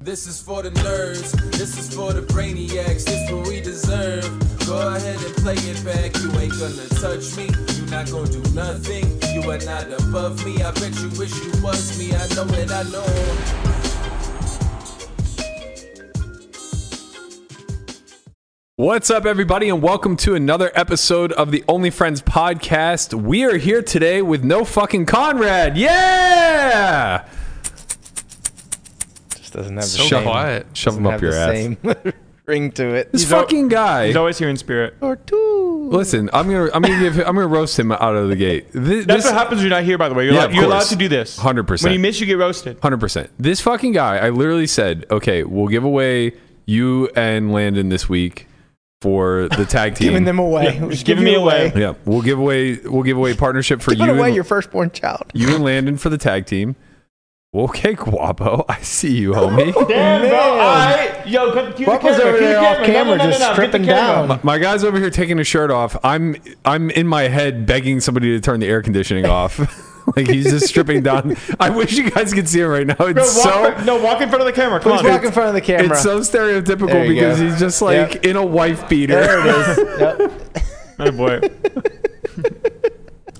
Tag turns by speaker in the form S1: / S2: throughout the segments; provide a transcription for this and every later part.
S1: This is for the nerds, this is for the brainiacs, this what we deserve. Go ahead and play it back, you ain't gonna touch me, you not gonna do nothing, you are not above me. I bet you wish you was me, I know it, I know.
S2: What's up, everybody, and welcome to another episode of the Only Friends podcast. We are here today with no fucking Conrad. Yeah!
S3: Just doesn't have the
S4: So
S3: same.
S4: quiet.
S2: Shove him
S3: doesn't
S2: up
S3: have
S2: your
S3: the
S2: ass.
S3: Same ring to it.
S2: This fucking guy.
S5: He's always here in spirit.
S3: or two.
S2: listen, I'm gonna, I'm gonna give, I'm gonna roast him out of the gate. This,
S5: That's what happens when you're not here, by the way. You're,
S2: Yeah,
S5: allowed,
S2: of
S5: you're allowed
S2: course.
S5: to do this.
S2: 100%.
S5: When you miss, you get roasted.
S2: Hundred percent. This fucking guy. I literally said, okay, we'll give away you and Landon this week for the tag team.
S3: Giving them away.
S5: Yeah,
S3: We're
S5: just
S3: giving
S5: giving me
S3: you
S5: away.
S2: yeah, we'll give away, we'll give away partnership for
S3: Giving
S2: you.
S3: away
S2: and,
S3: your firstborn child.
S2: you and Landon for the tag team. Okay, Guapo. I see you, homie.
S5: Damn,
S3: bro. All
S5: right. Yo, cut, cue
S3: Buck was over there off camera just stripping down.
S2: My guy's over here taking his shirt off. I'm I'm in my head begging somebody to turn the air conditioning off. like he's just stripping down. I wish you guys could see him right now. It's
S5: Bro, walk,
S2: so
S5: no, walk in front of the camera. Come
S3: Please
S5: on.
S3: walk in front of the camera.
S2: it's so stereotypical
S3: There you
S2: because
S3: go.
S2: he's just like
S3: Yep.
S2: in a wife beater.
S3: there it is. Yep.
S5: Oh, boy.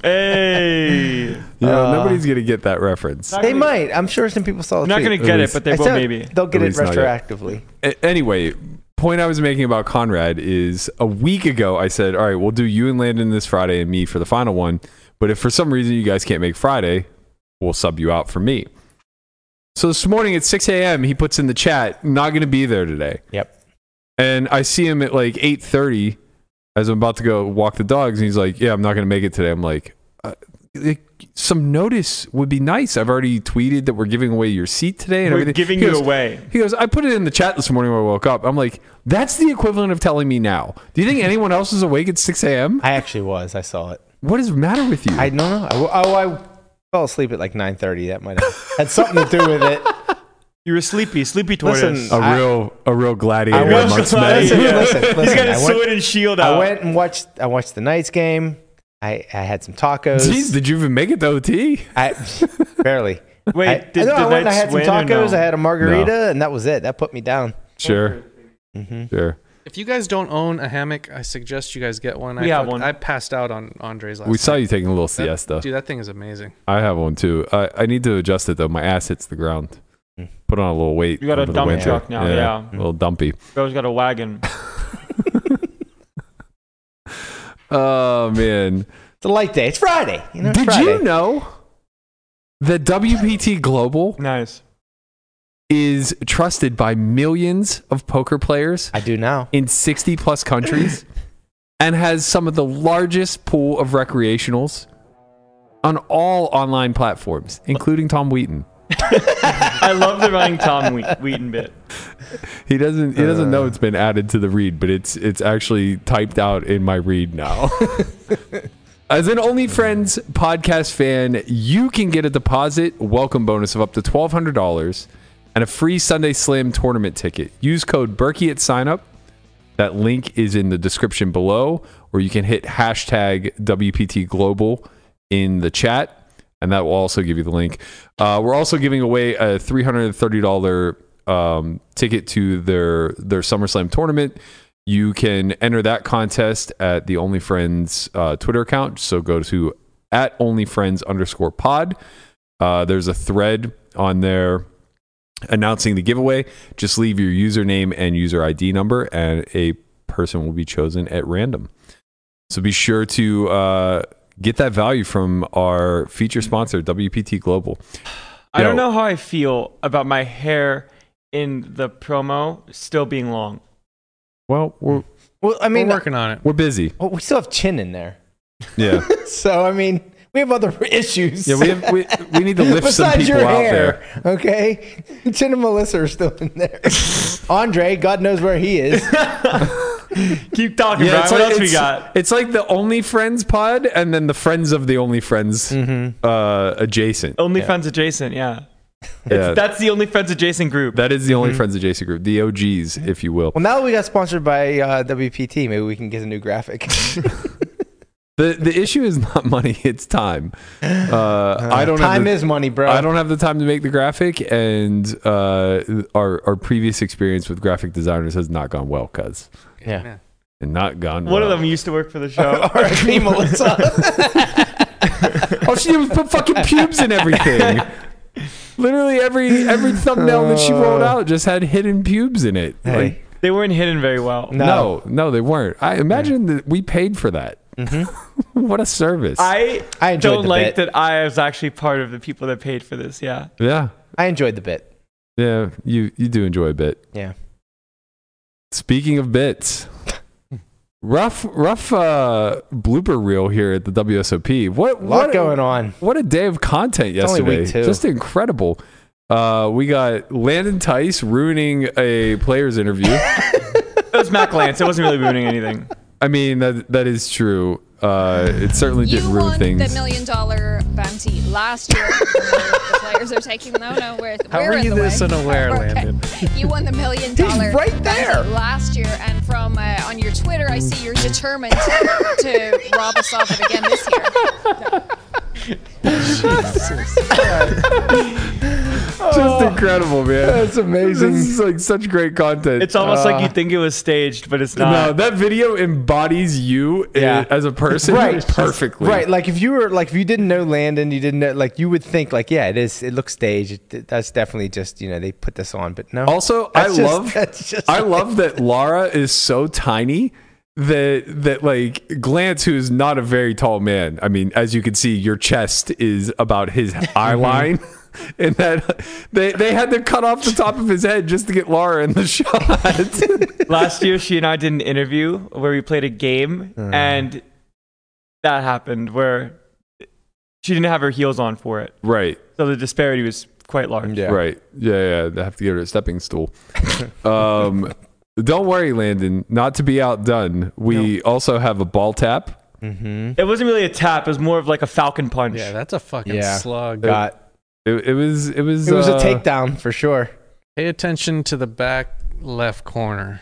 S5: hey. I'm
S2: You
S3: Uh,
S2: know, nobody's gonna get that reference.
S3: They might. I'm sure some people saw it.
S5: not
S3: too.
S5: going to get it, but they
S3: I
S5: will
S3: said
S5: maybe.
S3: They'll get
S2: At
S3: it
S2: least not yet.
S3: retroactively.
S2: A- anyway, point I was making about Conrad is a week ago I said, all right, we'll do you and Landon this Friday and me for the final one. But if for some reason you guys can't make Friday, we'll sub you out for me. So this morning at 6 a.m., he puts in the chat, not going to be there today.
S3: Yep.
S2: And I see him at like 8.30 as I'm about to go walk the dogs. And he's like, yeah, I'm not going to make it today. I'm like, uh, like, some notice would be nice. I've already tweeted that we're giving away your seat today. And
S5: We're
S2: everything.
S5: giving
S2: He
S5: you
S2: goes,
S5: away.
S2: he goes, I put it in the chat this morning when I woke up. I'm like, that's the equivalent of telling me now. Do you think anyone else is awake at 6 a.m.?
S3: I actually was. I saw it.
S2: What is the matter with you?
S3: I don't know. I w oh, I fell asleep at like 9:30. That might have had something to do with it.
S5: You were sleepy. Sleepy tortoise.
S3: Listen,
S2: A
S3: I-
S2: real, a real gladiator
S3: I was-
S2: amongst
S3: I
S2: men.
S3: was-
S5: Listen,
S3: Listen, listen,
S5: He's
S3: listen,
S5: got
S3: I
S5: his
S3: went-
S5: sword and shield out.
S3: I went and watched. I watched the Knights game. I, I had some tacos.
S2: Jeez, did you even make it though, T?
S3: I barely.
S5: Wait,
S3: I, I,
S5: did
S3: know
S5: the
S3: I went and I
S5: Knights
S3: had some
S5: win or no?
S3: tacos. I had a margarita, and that was it. That put me down. Mm-hmm.
S2: Sure. Sure.
S4: If you guys don't own a hammock, I suggest you guys get one.
S5: We
S4: I
S5: have
S4: fuck-
S5: one.
S4: I passed out on Andre's last.
S2: We saw
S4: night.
S2: you taking a little
S4: That-
S2: siesta.
S4: Dude, that thing is amazing.
S2: I have one too. I, I need to adjust it though. My ass hits the ground. Put on a little weight.
S5: Hmm. You got a
S2: over the
S5: dump
S2: winter.
S5: truck now, yeah. Hmm.
S2: A little dumpy.
S5: Bro's got a wagon.
S2: Oh man.
S3: It's a light day. It's Friday. You know, it's
S2: Did
S3: Friday.
S2: you know that WPT Global
S5: Nice.
S2: is trusted by millions of poker players
S3: I do now.
S2: in 60 plus countries and has some of the largest pool of recreationals on all online platforms, including Tom Wheaton.
S5: I love the running Tom Whe- Wheaton bit.
S2: He doesn't he doesn't know it's been added to the read, but it's it's actually typed out in my read now. As an Only Friends podcast fan, you can get a deposit welcome bonus of up to twelve hundred dollars and a free Sunday Slam tournament ticket. Use code Berkey at sign up. That link is in the description below, or you can hit hashtag WPT Global in the chat, and that will also give you the link. Uh, we're also giving away a three hundred and thirty dollar um, ticket to their their SummerSlam tournament. You can enter that contest at the Only Friends uh, Twitter account. So go to at Only Friends underscore pod. Uh, there's a thread on there announcing the giveaway. Just leave your username and user ID number, and a person will be chosen at random. So be sure to uh, get that value from our feature sponsor, WPT Global.
S5: I don't
S2: Yo.
S5: know how I feel about my hair in the promo still being long.
S2: Well, we're
S3: Well, I
S4: I
S3: mean,
S4: We're working
S5: Mm.
S4: on it.
S2: we're busy.
S3: well, we still have chin in there.
S2: Yeah,
S3: So I mean, we have other issues.
S2: yeah. We have, we, we need to lift some
S3: Besides
S2: people
S3: your
S2: out there.
S3: hair, okay? Chin and Melissa are still in there. Andre, God knows where he is.
S5: Keep talking,
S2: Yeah,
S5: Brian.
S2: it's
S5: what
S2: like,
S5: else we
S2: it's-
S5: got?
S2: It's like the Only Friends pod, and then the Friends of the Only Friends
S5: Mm-hmm.
S2: uh, adjacent.
S5: Only friends adjacent, yeah.
S2: Yeah,
S5: That's the only friends adjacent group.
S2: that is the
S5: Mm-hmm.
S2: Only Friends adjacent group, the OGs, if you will.
S3: Well, now that we got sponsored by uh, WPT, maybe we can get a new graphic.
S2: The the issue is not money, it's time. Uh, I don't have
S3: Time
S2: the-
S3: is money, bro.
S5: Uh,
S2: I don't have the time to make the graphic, and uh, our our previous experience with graphic designers has not gone well, cuz
S3: Yeah.
S4: Man.
S2: and not gone.
S5: One of
S2: well.
S5: them used to work for the show.
S3: R.I.P. Melissa.
S2: Oh, she even put fucking pubes in everything. Literally every every thumbnail that she
S5: Uh.
S2: rolled out just had hidden pubes in it. Like,
S3: hey, Oh.
S5: they weren't hidden very well.
S2: no, no, they weren't. I imagine that we paid for that. what a service.
S5: I,
S3: I enjoyed
S5: don't
S3: the
S5: like
S3: bit.
S5: that I was actually part of the people that paid for this. Yeah.
S2: yeah,
S3: I enjoyed the bit.
S2: yeah. You you do enjoy a bit.
S3: Yeah.
S2: Speaking of bits, rough rough uh, blooper reel here at the WSOP. What
S3: A lot
S2: what
S3: going on.
S2: What a day of content
S3: only
S2: yesterday!
S3: week two.
S2: Just incredible. Uh, we got Landon Tice ruining a player's interview.
S5: It was Mac Lance. It wasn't really ruining anything.
S2: I mean that that is true. Uh, it certainly did
S6: You
S2: ruin
S6: won
S2: things.
S6: the million dollar bounty last year. the players are taking no, no. We're,
S4: How
S6: we're
S4: are
S6: in
S4: you
S6: the
S4: this
S6: way.
S4: unaware,
S6: Okay.
S4: Landon?
S6: You won the million dollar
S3: right
S6: bounty
S3: there.
S6: last year, and from uh, on your Twitter, I see you're determined to rob us of it again this year.
S2: Just incredible, man. That's
S3: Oh. amazing.
S2: This is like such great content.
S5: It's almost like you think it was staged, but it's not.
S2: Uh. no, that video embodies you i-
S3: Uh, Yeah.
S2: as a person
S3: Right.
S2: perfectly.
S3: Right. Like if you were like if you didn't know Landon, you didn't know like you would think like yeah, it is it looks staged. It- It, that's definitely just, you know, they put this on, but no.
S2: Also,
S3: That's
S2: I
S3: just-
S2: love
S3: that's just
S2: I
S3: like-
S2: love that Lara is so tiny that that like Glance, who is not a very tall man. I mean, as you can see, your chest is about his eye
S3: Mm-hmm.
S2: line. And that they they had to cut off the top of his head just to get Lara in the shot.
S5: Last year, she and I did an interview where we played a game, and that happened where she didn't have her heels on for it.
S2: right,
S5: So the disparity was quite large.
S3: Yeah.
S2: right, yeah, yeah. They have to give her a stepping stool. Um, don't worry, Landon. Not to be outdone, we also have a ball tap.
S3: Mm-hmm.
S5: It wasn't really a tap. It was more of like a falcon punch.
S4: Yeah, that's a fucking
S3: Yeah.
S4: slug.
S3: Got
S2: It, it was it was
S3: it was a
S2: uh,
S3: takedown for sure.
S4: Pay attention to the back left corner.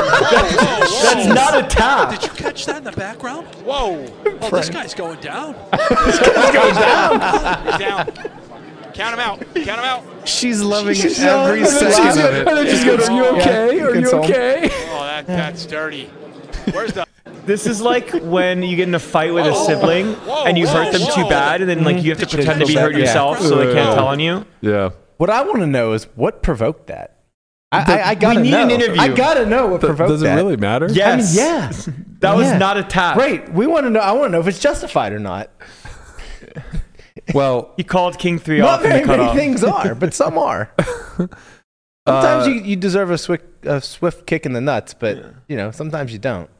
S5: That's not a tap.
S7: Did you catch that in the background? Whoa! Oh, this guy's going down. this guy goes down. down. Count him out. Count him out.
S4: She's loving
S2: And
S4: every
S2: then she
S4: second
S2: said-
S4: of it.
S2: and then she goes, "Are you okay? Are you
S3: console.
S2: okay?"
S7: Oh, that, that's dirty. Where's the?
S5: This is like when you get in a fight with a
S7: Whoa.
S5: sibling
S7: Whoa,
S5: and you
S7: whoa,
S5: hurt them too
S7: whoa.
S5: bad, and then like you have to
S7: Did you
S5: pretend to
S7: feel
S5: be hurt
S7: that?
S5: yourself, so they can't
S2: Yeah.
S5: tell on you.
S2: Yeah.
S3: What I want to know is what provoked that. I, I, I gotta
S5: need
S3: know.
S5: an interview.
S3: I gotta know what provoked
S2: Does it
S3: that.
S2: really matter?
S5: Yes.
S3: yeah.
S5: That was
S3: Yeah.
S5: not a tap.
S3: Right. We want to know. I want to know if it's justified or not.
S2: Well,
S5: He called King Three
S3: Not
S5: off in
S3: very
S5: the
S3: many
S5: cutoff.
S3: things are, but some are.
S2: Uh,
S3: sometimes you, you deserve a swift, a swift kick in the nuts, but you know sometimes you don't.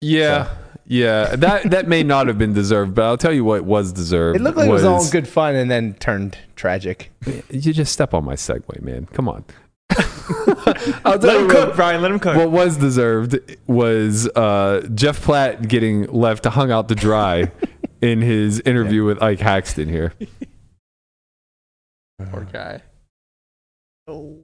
S2: yeah, yeah. That that may not have been deserved, but I'll tell you what was deserved.
S3: It looked like it was all in good fun and then turned tragic.
S2: You just step on my segue, man. Come on. I'll tell
S5: Let
S2: you
S5: him
S2: what-
S5: cook, Brian. Let him cook.
S2: What was deserved was uh, Jeff Platt getting left hung out to dry in his interview with Ike Haxton here.
S4: Poor guy.
S3: Oh.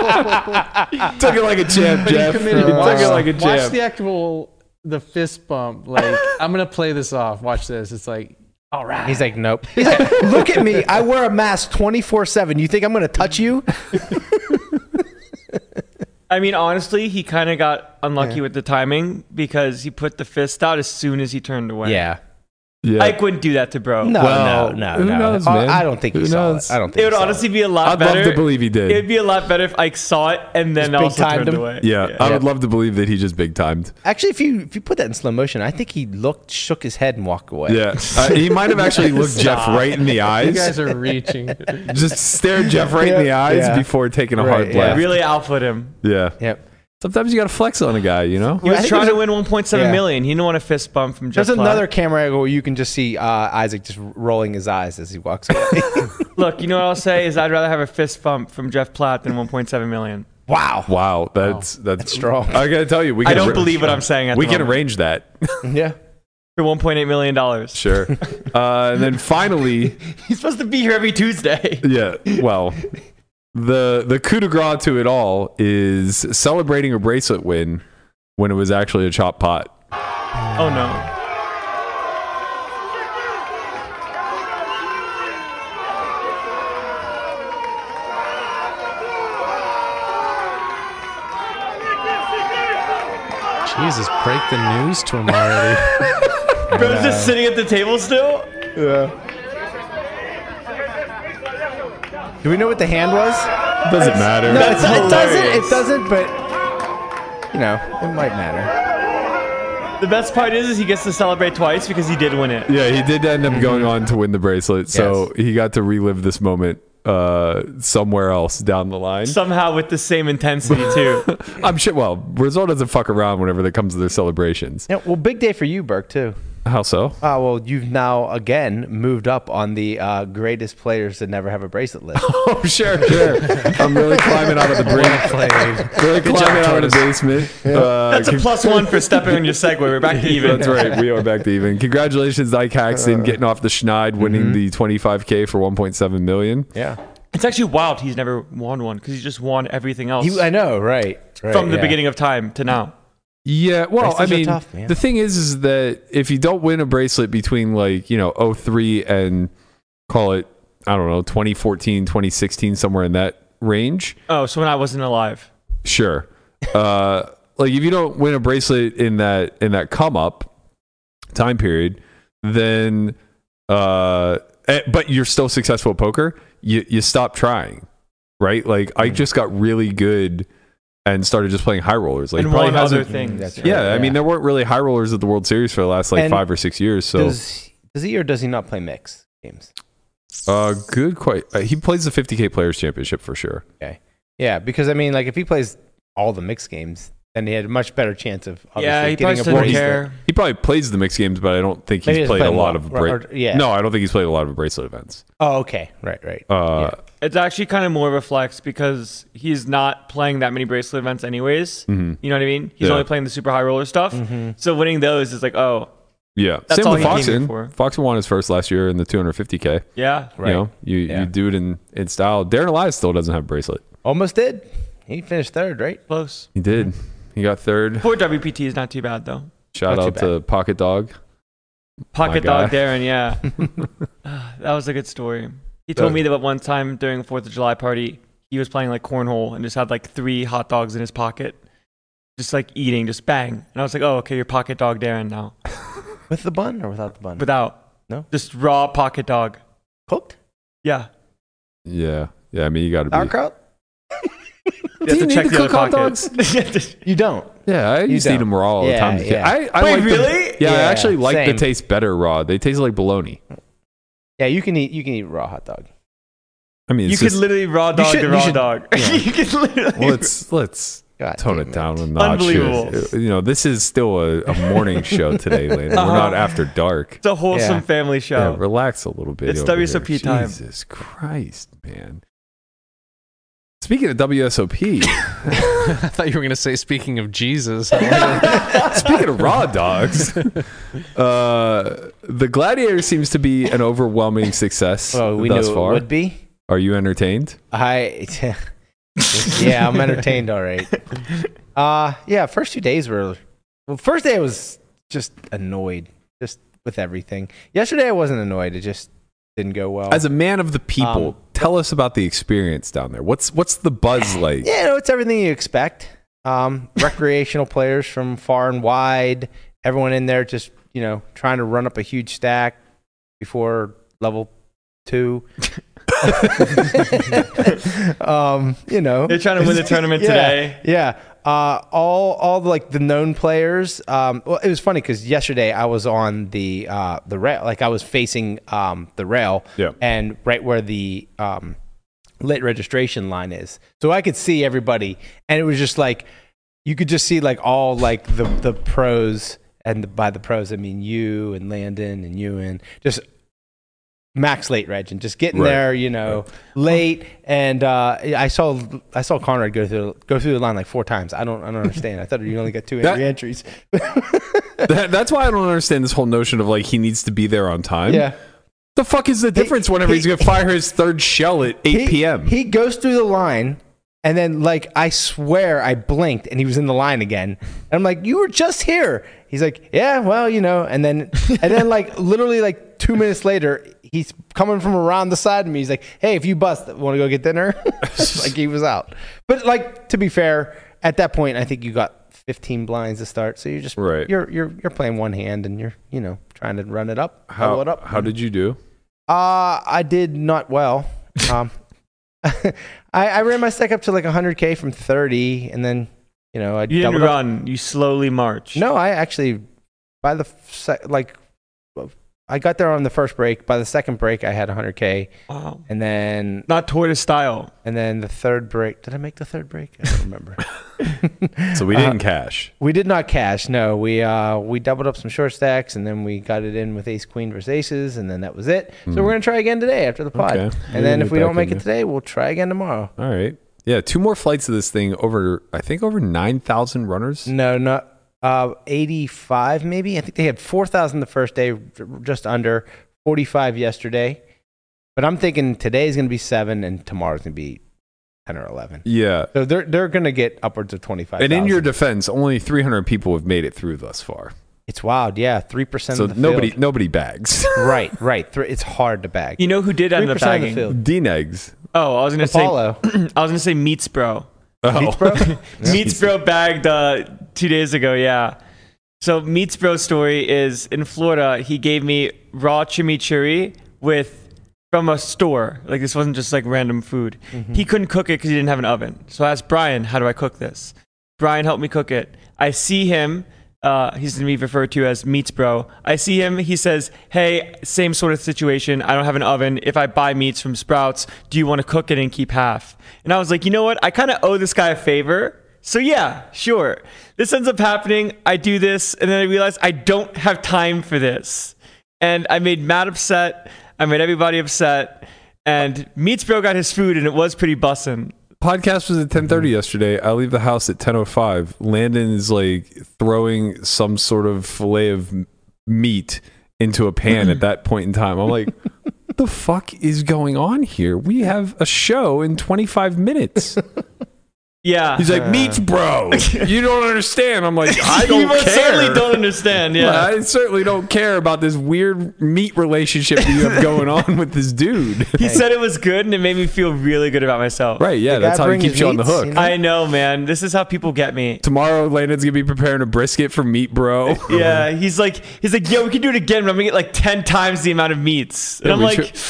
S2: Took it like a champ, Jeff. Took
S4: committed.
S2: it like a
S4: Watch
S2: champ.
S4: the actual the fist bump. Like I'm gonna play this off. Watch this. It's like all right.
S3: He's like, nope. He's like, look at me. I wear a mask twenty four seven. You think I'm gonna touch you?
S5: I mean, honestly, he kind of got unlucky with the timing because he put the fist out as soon as he turned away.
S2: Yeah.
S5: Ike wouldn't do that to bro.
S3: No,
S2: Well,
S3: no, no,
S2: who
S3: no.
S2: knows,
S3: Oh,
S2: man?
S3: I don't think he
S2: Who
S3: saw
S2: knows?
S3: it. I don't think
S5: It would
S3: he saw
S5: honestly be a lot
S2: I'd
S5: better.
S2: love to believe he did.
S5: It'd be a lot better if Ike saw it and then
S3: Just
S5: also
S3: big-timed
S5: turned
S3: him.
S5: away.
S2: yeah, Oh, I would love to believe that he just big timed.
S3: Actually, if you if you put that in slow motion, I think he looked, shook his head, and walked away.
S2: Yeah, uh, he might have actually looked Jeff right in the
S4: you
S2: eyes,
S4: guys are reaching.
S2: just stared Jeff right in the
S3: Yeah.
S2: eyes
S3: Yeah.
S2: before taking a
S3: Right,
S2: hard
S3: yeah.
S2: left. Yeah.
S5: Really output him.
S3: Yep.
S2: sometimes you gotta flex on a guy, you know.
S5: He
S3: I
S5: was
S3: think
S5: trying
S3: there's
S5: to
S3: a-
S5: win 1.7
S3: yeah.
S5: million. He didn't want a fist bump from Jeff.
S3: There's
S5: Platt.
S3: another camera angle where you can just see uh, Isaac just rolling his eyes as he walks away.
S5: Look, you know what I'll say is I'd rather have a fist bump from Jeff Platt than 1.7 million.
S3: wow.
S2: Wow, that's that's,
S3: strong.
S2: I gotta tell you, we
S5: I
S2: can
S5: don't
S2: arra-
S5: believe what I'm saying. At
S2: we
S5: the
S2: can
S5: moment.
S2: arrange that.
S3: Yeah.
S5: for 1.8 million dollars.
S2: sure. Uh, and then finally,
S5: He's supposed to be here every Tuesday.
S2: yeah. Well, the the coup de grace to it all is celebrating a bracelet win when it was actually a chop pot.
S5: Oh no.
S4: Jesus, break the news to him already.
S5: Bro's just sitting at the table still?
S3: Do we know what the hand was?
S2: Doesn't matter.
S3: No, it's, it doesn't.
S5: hilarious.
S3: It doesn't. But you know, it might matter.
S5: The best part is, is he gets to celebrate twice because he did win it.
S2: yeah, he did end up
S5: Mm-hmm.
S2: going on to win the bracelet, so he got to relive this moment uh, somewhere else down the line.
S5: Somehow with the same intensity too.
S2: I'm sure. Well, Brazil doesn't fuck around whenever it comes to their celebrations.
S3: Yeah, well, big day for you, Burke, too.
S2: How so?
S3: Ah, well, you've now again moved up on the uh, greatest players that never have a bracelet list.
S2: Oh, sure, sure. I'm really climbing out of the brink. Really climbing out of the basement. Uh,
S5: That's a plus one for stepping on your segue. We're back to even.
S2: That's right. We are back to even. Congratulations, Ike
S3: Uh,
S2: Haxton, getting off the schneid, winning
S3: mm-hmm.
S2: the 25k for 1.7 million.
S3: yeah,
S5: It's actually wild he's never won one because he just won everything else
S3: you, I know, right? right,
S5: from the
S3: yeah.
S5: beginning of time to now.
S2: Yeah. Well,
S3: Bracelets
S2: I
S3: are
S2: mean,
S3: tough, man.
S2: the thing is, is that if you don't win a bracelet between like you know 03 and call it I don't know 2014, 2016, somewhere in that range,
S5: Oh, so when I wasn't alive.
S2: sure. Uh, like if you don't win a bracelet in that in that come up time period, then uh, eh, but you're still successful at poker. You you stop trying, right? Like I just got really good and started just playing high rollers. Like
S5: and
S2: probably
S5: won other
S2: hasn't-
S5: things.
S3: That's right.
S2: Yeah, I mean there weren't really high rollers at the World Series for the last like
S3: And
S2: five or six years. So
S3: Does, does he or does he not play mix games?
S2: uh, good. Quite uh, he plays the 50k Players Championship for sure.
S3: Yeah, because I mean, like if he plays all the mix games, then he had a much better chance of obviously
S5: Yeah, he probably
S3: getting a
S5: still didn't
S3: bracelet.
S5: care.
S2: He probably plays the mixed games, but I don't think he's
S3: Maybe he doesn't
S2: played
S3: play
S2: a
S3: them
S2: lot
S3: all,
S2: of
S3: or-
S2: bra-
S3: or- yeah.
S2: No, I don't think he's played a lot of bracelet events.
S3: Oh, okay, right, right.
S2: Uh,
S5: It's actually kind of more of a flex because he's not playing that many bracelet events, anyways.
S3: Mm-hmm.
S5: You know what I mean? He's
S2: Yeah.
S5: only playing the super high roller stuff. So winning those is like, oh,
S2: Yeah.
S5: That's
S2: Same
S5: all
S2: with
S5: he came here
S2: Foxen.
S5: for.
S2: Foxen won his first last year in the 250K.
S5: yeah.
S2: You
S3: Right.
S2: know, you,
S3: Yeah.
S2: you do it in, in style. Darren Elias still doesn't have a bracelet.
S3: Almost did. He finished third, right?
S5: Close.
S2: He did. He got third.
S5: Poor WPT is not too bad, though.
S2: Shout
S3: Not too
S2: out to Pocket Dog.
S5: Pocket
S2: My
S5: dog
S2: guy.
S5: Darren, yeah. Ah, that was a good story. He told
S2: That-
S5: me that one time during the 4th of July party, he was playing like cornhole and just had like three hot dogs in his pocket, just like eating, just bang. And I was like, oh, okay, you're pocket dog Darren now.
S3: With the bun or without the bun?
S5: Without.
S3: Um, No.
S5: Just raw pocket dog.
S3: cooked
S5: Yeah.
S2: Yeah. Yeah. I mean, you got to be.
S3: sauerkraut.
S5: You have to check the other pocket.
S3: You don't.
S2: Yeah. I used to eat
S3: don't.
S2: them raw all the
S3: Yeah,
S2: time. as a kid.
S3: yeah.
S2: I, I
S5: Wait,
S2: like the-
S5: really?
S2: yeah, I
S3: Yeah,
S2: actually like the
S3: same.
S2: taste better raw. They taste like bologna.
S3: Yeah, you can eat. You can eat raw hot dog.
S2: I mean,
S5: you
S2: it's
S5: could
S2: just-
S5: literally raw dog
S3: should-
S5: the
S3: you
S5: raw
S3: should-
S5: dog. you could literally.
S2: let's, let's
S3: God
S2: tone
S3: damn
S2: it down a notch.
S5: Unbelievable.
S2: You know, this is still a, a morning show today, Landon. We're not after dark.
S5: it's a wholesome
S3: Yeah.
S5: family show.
S2: Yeah, relax a little bit.
S5: It's
S2: over here.
S5: WSOP time.
S2: Jesus Christ, man. Speaking of WSOP,
S4: I thought you were gonna say, speaking of Jesus, I
S2: speaking of raw dogs, uh, the Gladiator seems to be an overwhelming success
S3: Oh, we
S2: thus
S3: knew
S2: far.
S3: it would be.
S2: Are you entertained?
S3: I. yeah, I'm entertained. All right. Uh yeah. First two days were. Well, first day I was just annoyed, just with everything. Yesterday I wasn't annoyed. It just didn't go well.
S2: As a man of the people,
S3: Oh. Um,
S2: tell us about the experience down there. What's what's the buzz like?
S3: Yeah, no, it's everything you expect. Um, recreational players from far and wide, everyone in there just, you know, trying to run up a huge stack before level two. um, you know,
S5: They're trying to win the tournament
S3: yeah,
S5: today.
S3: Yeah. Uh, all, all the, like the known players. Um, well, it was funny because yesterday I was on the uh, the rail, like I was facing um, the rail,
S2: Yeah.
S3: and right where the um, lit registration line is. So I could see everybody, and it was just like you could just see like all like the the pros, and by the pros I mean you and Landon and Ewan, just max late reg and just getting
S2: Right.
S3: there, you know, late. And uh, I saw I saw Conrad go through go through the line like four times. I don't I don't understand. I thought you only got two
S2: That-
S3: entry entries.
S2: That- that's why I don't understand this whole notion of like he needs to be there on time.
S3: yeah.
S2: The fuck is the difference whenever
S3: he-
S2: he's gonna fire his third shell at 8
S3: He-
S2: p.m.?
S3: He goes through the line, and then like I swear I blinked, and he was in the line again. And I'm like, "You were just here." He's like, "Yeah, well, you know." And then and then like literally like two minutes later, he's coming from around the side of me. He's like, "Hey, if you bust, want to go get dinner?" like he was out. But like to be fair, at that point, I think you got. 15 blinds to start so you're just
S2: Right.
S3: you're you're you're playing one hand and you're you know trying to run it up
S2: how,
S3: level it up
S2: how did you do?
S3: uh, I did not well. Um, I, I ran my stack up to like 100k from 30, and then you know I
S5: You didn't
S3: doubled up.
S5: run. You slowly march.
S3: No, I actually by the f- sec- like I got there on the first break. By the second break, I had 100k,
S5: Wow.
S3: and then
S5: Not tortoise style.
S3: and then the third break. Did I make the third break? I don't remember.
S2: So we
S3: Uh,
S2: didn't cash.
S3: We did not cash. No, we uh, we doubled up some short stacks, and then we got it in with Ace Queen versus Aces, and then that was it. So we're gonna try again today after the pod,
S2: Hmm. Okay.
S3: and then
S2: We'll get
S3: if we don't
S2: back
S3: make
S2: in
S3: it
S2: there.
S3: today, we'll try again tomorrow.
S2: All right. Yeah, two more flights of this thing over I think over 9,000 runners.
S3: No, not uh, eighty five maybe. I think they had four thousand the first day, just under forty five yesterday. But I'm thinking today's gonna be seven, and tomorrow's gonna be ten or eleven.
S2: Yeah.
S3: So they're they're gonna get upwards of twenty five.
S2: And in your defense, only 300 people have made it through thus far.
S3: it's wild, yeah, three percent.
S2: So
S3: of the
S2: nobody
S3: field.
S2: nobody bags.
S3: right, right. Three, it's hard to bag.
S5: You know who did end
S3: 3%
S5: up
S3: of the
S5: bagging?
S3: field.
S2: D-negs.
S5: Oh, I was gonna
S3: Apollo.
S5: say. I was gonna say Meats Bro.
S2: Oh.
S3: Meats Bro?
S5: Meats Bro bagged uh, two days ago. Yeah. So Meats Bro's story is in Florida. He gave me raw chimichurri with from a store. Like this wasn't just like random food. He couldn't cook it because he didn't have an oven. So I asked Brian, "How do I cook this?" Brian helped me cook it. I see him. Uh, he's gonna be referred to as Meats Bro. I see him. He says, "Hey, same sort of situation. I don't have an oven. If I buy meats from Sprouts, do you want to cook it and keep half?" And I was like, "You know what? I kind of owe this guy a favor." So yeah, sure. This ends up happening. I do this, and then I realize I don't have time for this, and I made Matt upset. I made everybody upset, and Meats Bro got his food, and it was pretty bussin'.
S2: podcast was at
S3: Mm-hmm.
S2: 10:30 yesterday. I leave the house at 10:05. Landon is like throwing some sort of fillet of m- meat into a pan
S3: Mm-hmm.
S2: at that point in time. I'm like, "What the fuck is going on here? We have a show in 25 minutes."
S5: Yeah,
S2: He's like, "Meats, bro. You don't understand." I'm like, "I don't
S5: you most
S2: care."
S5: certainly don't understand.
S2: Yeah,
S5: Yeah,
S2: I certainly don't care about this weird meat relationship that you have going on with this dude.
S5: he said it was good, and it made me feel really good about myself.
S2: Right, yeah,
S3: The guy
S2: that's how he
S3: bring his
S2: keeps you on the
S3: meats,
S2: hook.
S3: you know?
S5: I know, man. This is how people get me.
S2: Tomorrow, Landon's gonna be preparing a brisket for meat, bro.
S5: Yeah, he's like, he's like, yo, we can do it again, but I'm gonna get like ten times the amount of meats, and
S2: Yeah,
S5: I'm
S2: we
S5: like,
S2: should-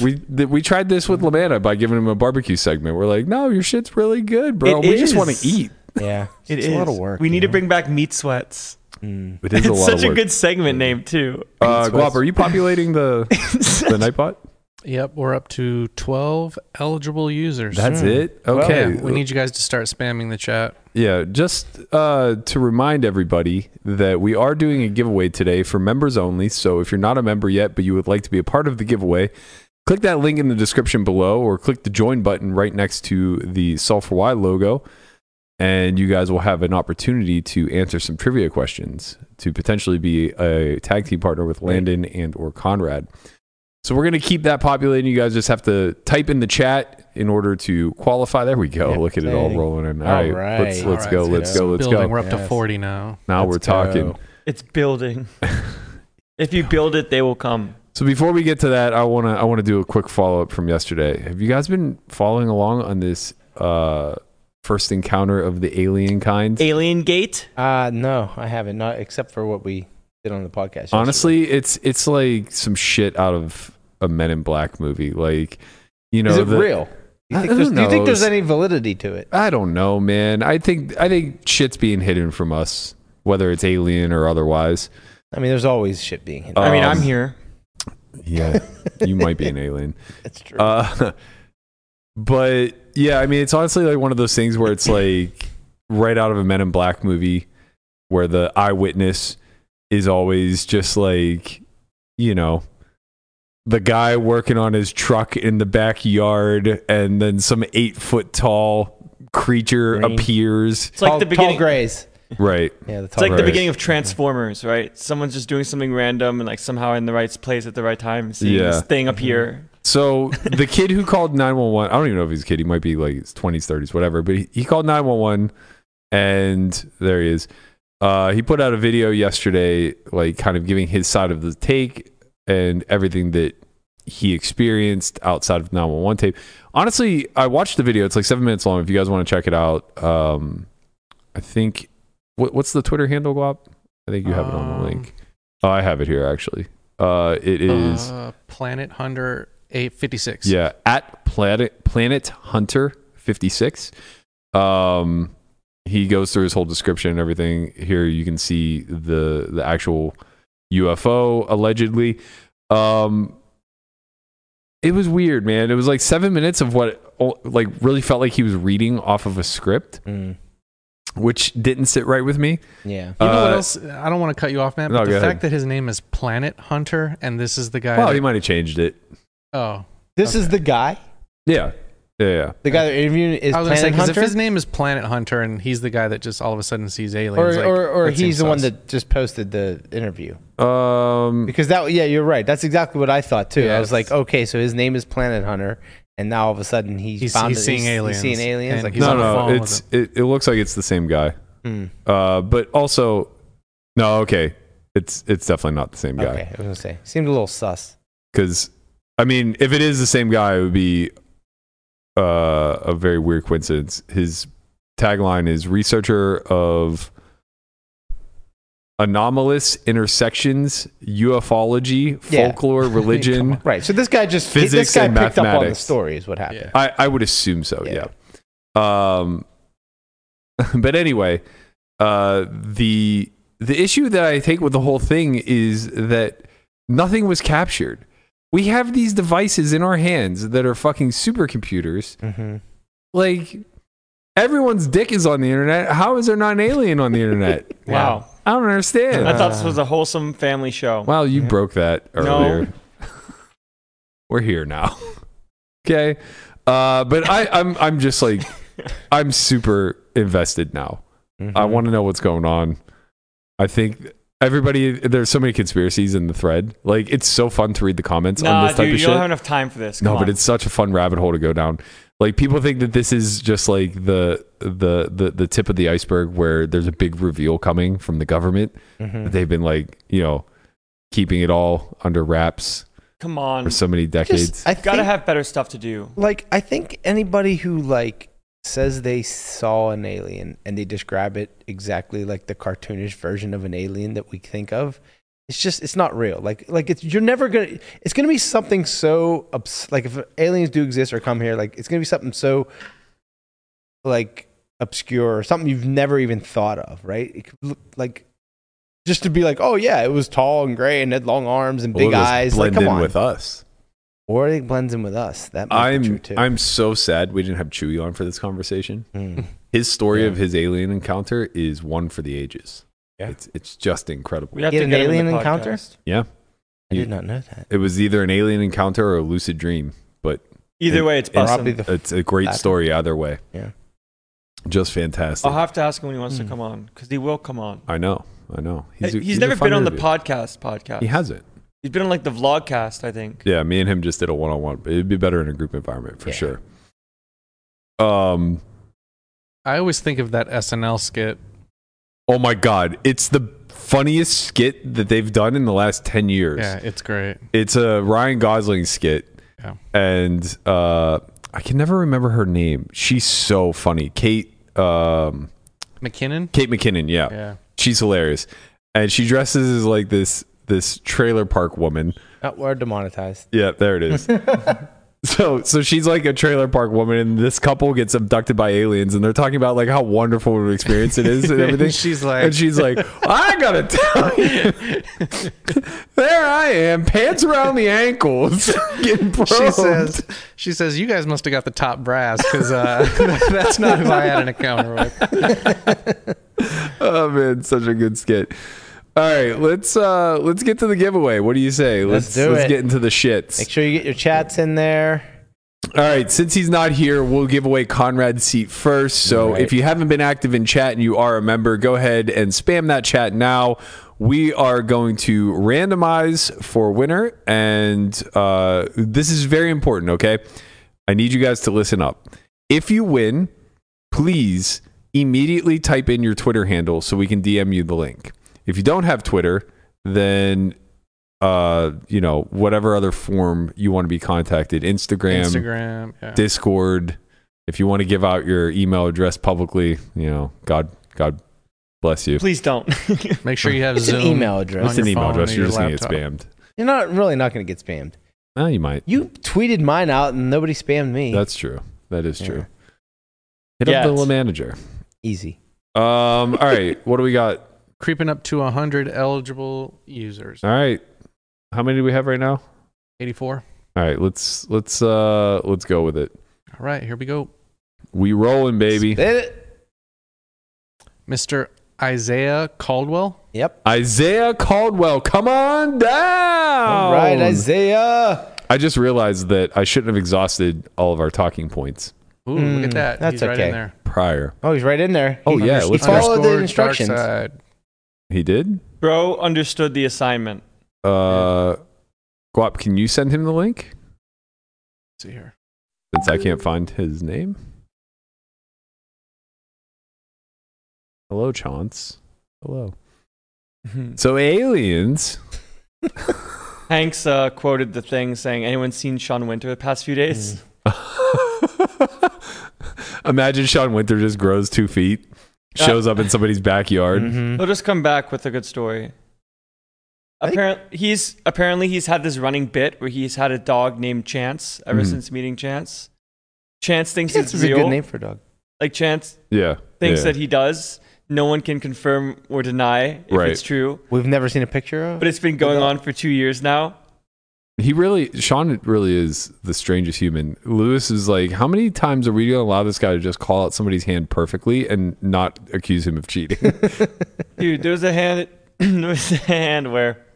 S2: We th- we tried this with Lamanna by giving him a barbecue segment. We're like, no, your shit's really good, bro.
S5: It
S2: we just
S5: is.
S2: want to eat.
S3: yeah,
S5: it
S3: it's
S5: is.
S3: a lot of work.
S5: We
S3: you
S5: need to
S3: know?
S5: bring back meat sweats.
S2: It is
S5: It's such a good segment name too.
S2: Uh, Guap, are you populating the the Nightbot?
S4: Yep, we're up to 12 eligible users.
S2: That's it. uh,
S4: Yeah,
S2: Okay.
S4: we need you guys to start spamming the chat.
S2: Yeah, just uh, to remind everybody that we are doing a giveaway today for members only. So if you're not a member yet, but you would like to be a part of the giveaway, click that link in the description below or click the join button right next to the Sulfur Y logo. And you guys will have an opportunity to answer some trivia questions to potentially be a tag team partner with Landon and or Conrad. So we're going to keep that populating. You guys just have to type in the chat in order to qualify. There we go.
S3: Yeah,
S2: Look at it all
S3: exciting.
S2: rolling in.
S3: All
S2: All right,
S3: right.
S2: let's
S3: All
S2: let's
S4: right,
S2: go.
S4: let's
S2: Let's
S3: get
S2: go. Let's
S4: Building, we're
S2: go.
S4: up to
S3: Yes.
S4: 40 now.
S2: Now we're
S3: Let's go.
S2: talking.
S5: It's building. if you build it, they will come.
S2: So before we get to that, I wanna I wanna do a quick follow up from yesterday. Have you guys been following along on this uh, first encounter of the alien kind?
S5: Alien Gate.
S3: Uh, no, I haven't. Not except for what we did on the podcast. yesterday.
S2: Honestly, it's it's like some shit out of a Men in Black movie. Like you know,
S3: is it
S2: the-
S3: real? Do you,
S2: I-
S3: think
S2: who
S3: there's, do you think
S2: knows?
S3: there's any validity to it?
S2: I don't know, man. I think I think shit's being hidden from us, whether it's alien or otherwise.
S3: I mean, there's always shit being hidden.
S5: I mean,
S2: Um,
S5: I'm here.
S2: Yeah, you might be an alien.
S3: That's true.
S2: Uh, but yeah, I mean, it's honestly like one of those things where it's like right out of a Men in Black movie, where the eyewitness is always just like, you know, the guy working on his truck in the backyard, and then some eight foot tall creature
S3: Green.
S2: appears.
S5: It's like
S3: tall,
S5: the beginning.
S3: Tall grays.
S2: right.
S3: Yeah, the
S5: It's like
S2: Right.
S5: the beginning of Transformers, right? Someone's just doing something random and like somehow in the right place at the right time, seeing
S2: Yeah. Mm-hmm.
S5: this thing up here.
S2: So the kid who called 911, I don't even know if he's a kid. He might be like his 20s, 30s, whatever. But he, he called 911 and there he is. Uh, he put out a video yesterday, like kind of giving his side of the take and everything that he experienced outside of 911 tape. Honestly, I watched the video. It's like seven minutes long. If you guys want to check it out, um, I think, what, what's the Twitter handle, Glop? I think you have it on the
S4: Um,
S2: link. Oh, I have it here, actually. Uh, it is.
S4: uh, Planet Hunter 856.
S2: Yeah, at Planet Planet Hunter fifty six. Um, he goes through his whole description and everything. Here you can see the the actual UFO allegedly. Um, it was weird, man. It was like seven minutes of what like really felt like he was reading off of a script,
S3: Mm,
S2: which didn't sit right with me.
S3: yeah.
S4: You know what
S2: Uh,
S4: else? I don't want to cut you off, man.
S2: no,
S4: But
S2: go
S4: the
S2: ahead.
S4: fact that his name is Planet Hunter and this is the guy.
S2: Well,
S4: that-
S2: he might have changed it.
S4: oh,
S3: This is the guy.
S2: Yeah, yeah, yeah.
S3: The guy that interviewed is
S4: I was gonna say
S3: Planet
S4: because if
S3: Hunter,
S4: his name is Planet Hunter and he's the guy that just all of a sudden sees aliens,
S3: or
S4: like,
S3: or, or
S4: that seems
S3: he's the one
S4: sus.
S3: that just posted the interview.
S2: Um,
S3: Because that, yeah, you're right. That's exactly what I thought too. I
S4: Yeah,
S3: was like,
S4: it's-
S3: okay, so his name is Planet Hunter, and now all of a sudden he's
S4: He's-
S3: found
S4: he's
S3: it-
S4: seeing aliens,
S3: He's seeing aliens.
S4: and
S3: Like,
S4: he's
S2: no,
S4: on the
S2: no,
S4: phone with
S2: it's it, it looks like it's the same guy.
S3: Hmm.
S2: Uh, but also, no, okay, it's it's definitely not the same
S3: okay,
S2: guy.
S3: I was gonna say seemed a little sus.
S2: Because I mean, if it is the same guy, it would be uh, a very weird coincidence. His tagline is "Researcher of Anomalous Intersections, UFOlogy,
S3: Yeah.
S2: Folklore, Religion."
S3: Right. So this guy just
S2: Physics
S3: this guy
S2: and
S3: picked up on the
S2: mathematics.
S3: story is what happened.
S4: Yeah.
S2: I, I would assume so. Yeah.
S3: Yeah.
S2: Um, but anyway, uh, the the issue that I take with the whole thing is that nothing was captured. We have these devices in our hands that are fucking supercomputers.
S3: Mhm.
S2: Like everyone's dick is on the internet. How is there not an alien on the internet?
S5: Wow.
S2: I don't understand.
S5: I thought this was a wholesome family show.
S2: Wow, you broke that
S5: No.
S2: earlier. We're here now. okay. Uh, but I, I'm I'm just like I'm super invested now. I
S3: Mm-hmm.
S5: Mm-hmm.
S2: want to know what's going on. I think everybody there's so many conspiracies in the thread. Like it's so fun to read the comments on
S5: Nah,
S2: this type
S5: dude, you
S2: of
S5: don't
S2: shit.
S5: have enough time for this.
S2: No,
S5: Come
S2: but
S5: on.
S2: it's such a fun rabbit hole to go down. Like people think that this is just like the the the, the tip of the iceberg where there's a big reveal coming from the government.
S3: Mhm.
S2: Mm-hmm. They've been like, you know, keeping it all under wraps
S5: come on.
S2: for so many decades.
S3: Um, Just, I
S5: Gotta
S3: think-
S5: have better stuff to do.
S3: like I think anybody who like says they saw an alien and they describe it exactly like the cartoonish version of an alien that we think of, it's just it's not real. Like like it's you're never gonna it's gonna be something so obs- like if aliens do exist or come here, like it's gonna be something so like obscure or something you've never even thought of, right? It could look like just to be like, oh yeah, it was tall and gray and had long arms and
S2: Well,
S3: big
S2: it was
S3: eyes. Like,
S2: blend
S3: come
S2: in
S3: on.
S2: with us.
S3: Or it blends in with us. That might be true
S2: I'm
S3: too.
S2: I'm so sad we didn't have Chewy on for this conversation.
S3: Mm.
S2: His story
S3: Yeah.
S2: of his alien encounter is one for the ages.
S3: Yeah.
S2: It's it's just incredible.
S5: We have
S3: He
S5: to
S3: had
S5: get
S3: an
S5: him in
S3: alien
S5: the
S3: encounter?
S5: podcast.
S2: Yeah.
S3: I
S2: You-
S3: did not know that.
S2: It was either an alien encounter or a lucid dream, but
S5: Either way, it's
S2: It's-
S5: awesome.
S3: Probably the f-
S2: it's a great
S3: That-
S2: story either way.
S3: Yeah.
S2: Just fantastic.
S5: I'll have to ask him when he wants to
S3: Hmm.
S5: come on because he will come on.
S2: I know. I know.
S5: He's,
S3: Uh,
S2: a- a
S5: never
S2: fun
S5: been on the
S2: interview.
S5: podcast. Podcast.
S2: He hasn't.
S5: He's been on like the vlogcast, I think.
S2: Yeah, me and him just did a one on one, but it'd be better in a group environment for
S3: Yeah.
S2: sure. Um
S4: I always think of that SNL skit.
S2: Oh my god, it's the funniest skit that they've done in the last 10 years.
S4: Yeah, it's great.
S2: It's a Ryan Gosling skit.
S4: Yeah.
S2: And uh I can never remember her name. She's so funny. Kate um
S4: McKinnon.
S2: Kate McKinnon, yeah.
S4: Yeah.
S2: She's hilarious. And she dresses as like this this trailer park woman.
S3: Oh, we're demonetized.
S2: Yeah, there it is. so so she's like a trailer park woman and this couple gets abducted by aliens and they're talking about like how wonderful of an experience it is and everything.
S4: she's like-
S2: And she's like, I gotta tell you There I am, pants around the ankles, getting probed.
S4: She
S3: Oh.
S4: says, "She says you guys must have got the top brass because uh, that's not who I had an encounter with."
S2: Oh man, such a good skit. All right, let's uh let's get to the giveaway. What do you say?
S3: Let's do
S2: let's
S3: it.
S2: get into the shits.
S3: Make sure you get your chats in there.
S2: All right, since he's not here, we'll give away Conrad's seat first. So if you haven't been active in chat and you are a member, go ahead and spam that chat now. We are going to randomize for winner, and uh, this is very important, okay? I need you guys to listen up. If you win, please immediately type in your Twitter handle so we can DM you the link. If you don't have Twitter, then uh, you know, whatever other form you want to be contacted, Instagram,
S4: Instagram. Yeah.
S2: Discord. If you want to give out your email address publicly, you know, God, God bless you.
S5: Please don't.
S4: Make sure you have
S3: It's an
S4: Zoom.
S3: email address.
S4: on
S2: It's an
S4: your
S2: email
S4: phone
S2: address.
S4: or
S2: You're
S4: your
S2: just gonna get
S4: laptop.
S2: spammed.
S3: You're not really not going to get spammed.
S2: No, you might.
S3: You tweeted mine out and nobody spammed me.
S2: That's true. That is
S3: Yeah.
S2: true. Hit
S5: Yeah,
S2: up the
S5: it's-
S2: manager.
S3: easy.
S2: Um. All right. What do we got?
S4: Creeping up to 100 eligible users.
S2: All right. How many do we have right now?
S4: 84.
S2: All right. Let's let's uh let's go with it.
S4: All right, here we go.
S2: We rolling, baby.
S3: Did it?
S4: Mr. Isaiah Caldwell.
S3: Yep.
S2: Isaiah Caldwell, come on down.
S3: All right, Isaiah.
S2: I just realized that I shouldn't have exhausted all of our talking points
S4: Ooh, look
S3: Mm,
S4: at that.
S3: that's
S4: He's right
S3: okay.
S4: in there.
S2: prior.
S3: Oh, he's right in there.
S2: Oh,
S3: He-
S2: yeah,
S3: he
S2: let's go.
S3: followed the
S4: Underscore
S3: instructions.
S4: dark side.
S2: He did.
S5: Bro understood the assignment.
S2: Uh, Guap, can you send him the link
S4: Let's see here.
S2: since I can't find his name? Hello, Chance. Hello. So aliens.
S5: Hanks uh, quoted the thing saying, "Anyone seen Sean Winter the past few
S3: Mm.
S5: days?"
S2: Imagine Sean Winter just grows two feet, shows up in somebody's backyard.
S3: Mhm.
S5: He'll just come back with a good story.
S3: I think-
S5: Apparently, he's apparently he's had this running bit where he's had a dog named Chance ever
S2: Mhm.
S5: since meeting Chance. Chance thinks
S3: This
S5: it's
S3: Mm. is a
S5: real.
S3: good name for a dog.
S5: Like Chance
S2: Yeah.
S5: thinks
S2: yeah.
S5: that he does. No one can confirm or deny if
S2: Right.
S5: it's true.
S3: We've never seen a picture of.
S5: But it's been going on for two years now.
S2: He really, Sean really is the strangest human. Lewis is like, how many times are we going to allow this guy to just call out somebody's hand perfectly and not accuse him of cheating?
S5: Dude, there was a hand. there was a hand where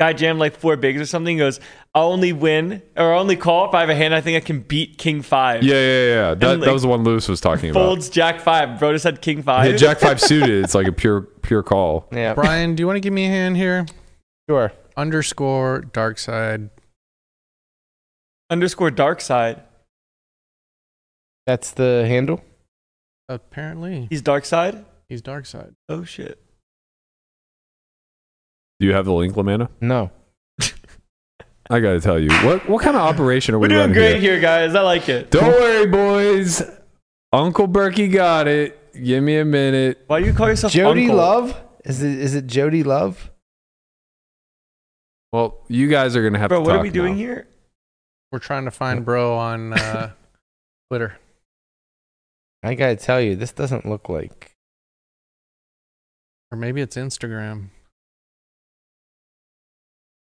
S5: guy jammed like four bigs or something. He goes, "I'll only win or I'll only call if I have a hand I think I can beat King Five.
S2: yeah, yeah, yeah. That,
S5: And,
S2: that
S5: like,
S2: was the one Lewis was talking about.
S5: folds Jack Five. Bro just had King Five.
S2: Yeah, Jack Five suited. It's like a pure, pure call.
S3: Yeah.
S4: Brian, do you want to give me a hand here?
S3: Sure.
S4: Underscore dark side.
S5: underscore Dark Side.
S3: That's the handle.
S4: Apparently,
S5: He's Dark Side.
S4: he's dark side.
S5: Oh shit.
S2: Do you have the link, Lamanna?
S3: No.
S2: I got to tell you, what what kind of operation are we
S5: We're doing
S2: running
S5: great
S2: here?
S5: here, guys. I like it.
S2: Don't worry, boys. Uncle Berkey got it. Give me a minute.
S5: Why do you call yourself
S3: Jody
S5: Uncle?
S3: Love. Is it? Is it Jody Love?
S2: Well, you guys are gonna have
S5: Bro,
S2: to.
S5: what are
S2: talk
S5: we doing
S2: now.
S5: here?
S4: We're trying to find bro on uh, Twitter.
S3: I gotta tell you, this doesn't look like.
S4: Or maybe it's Instagram.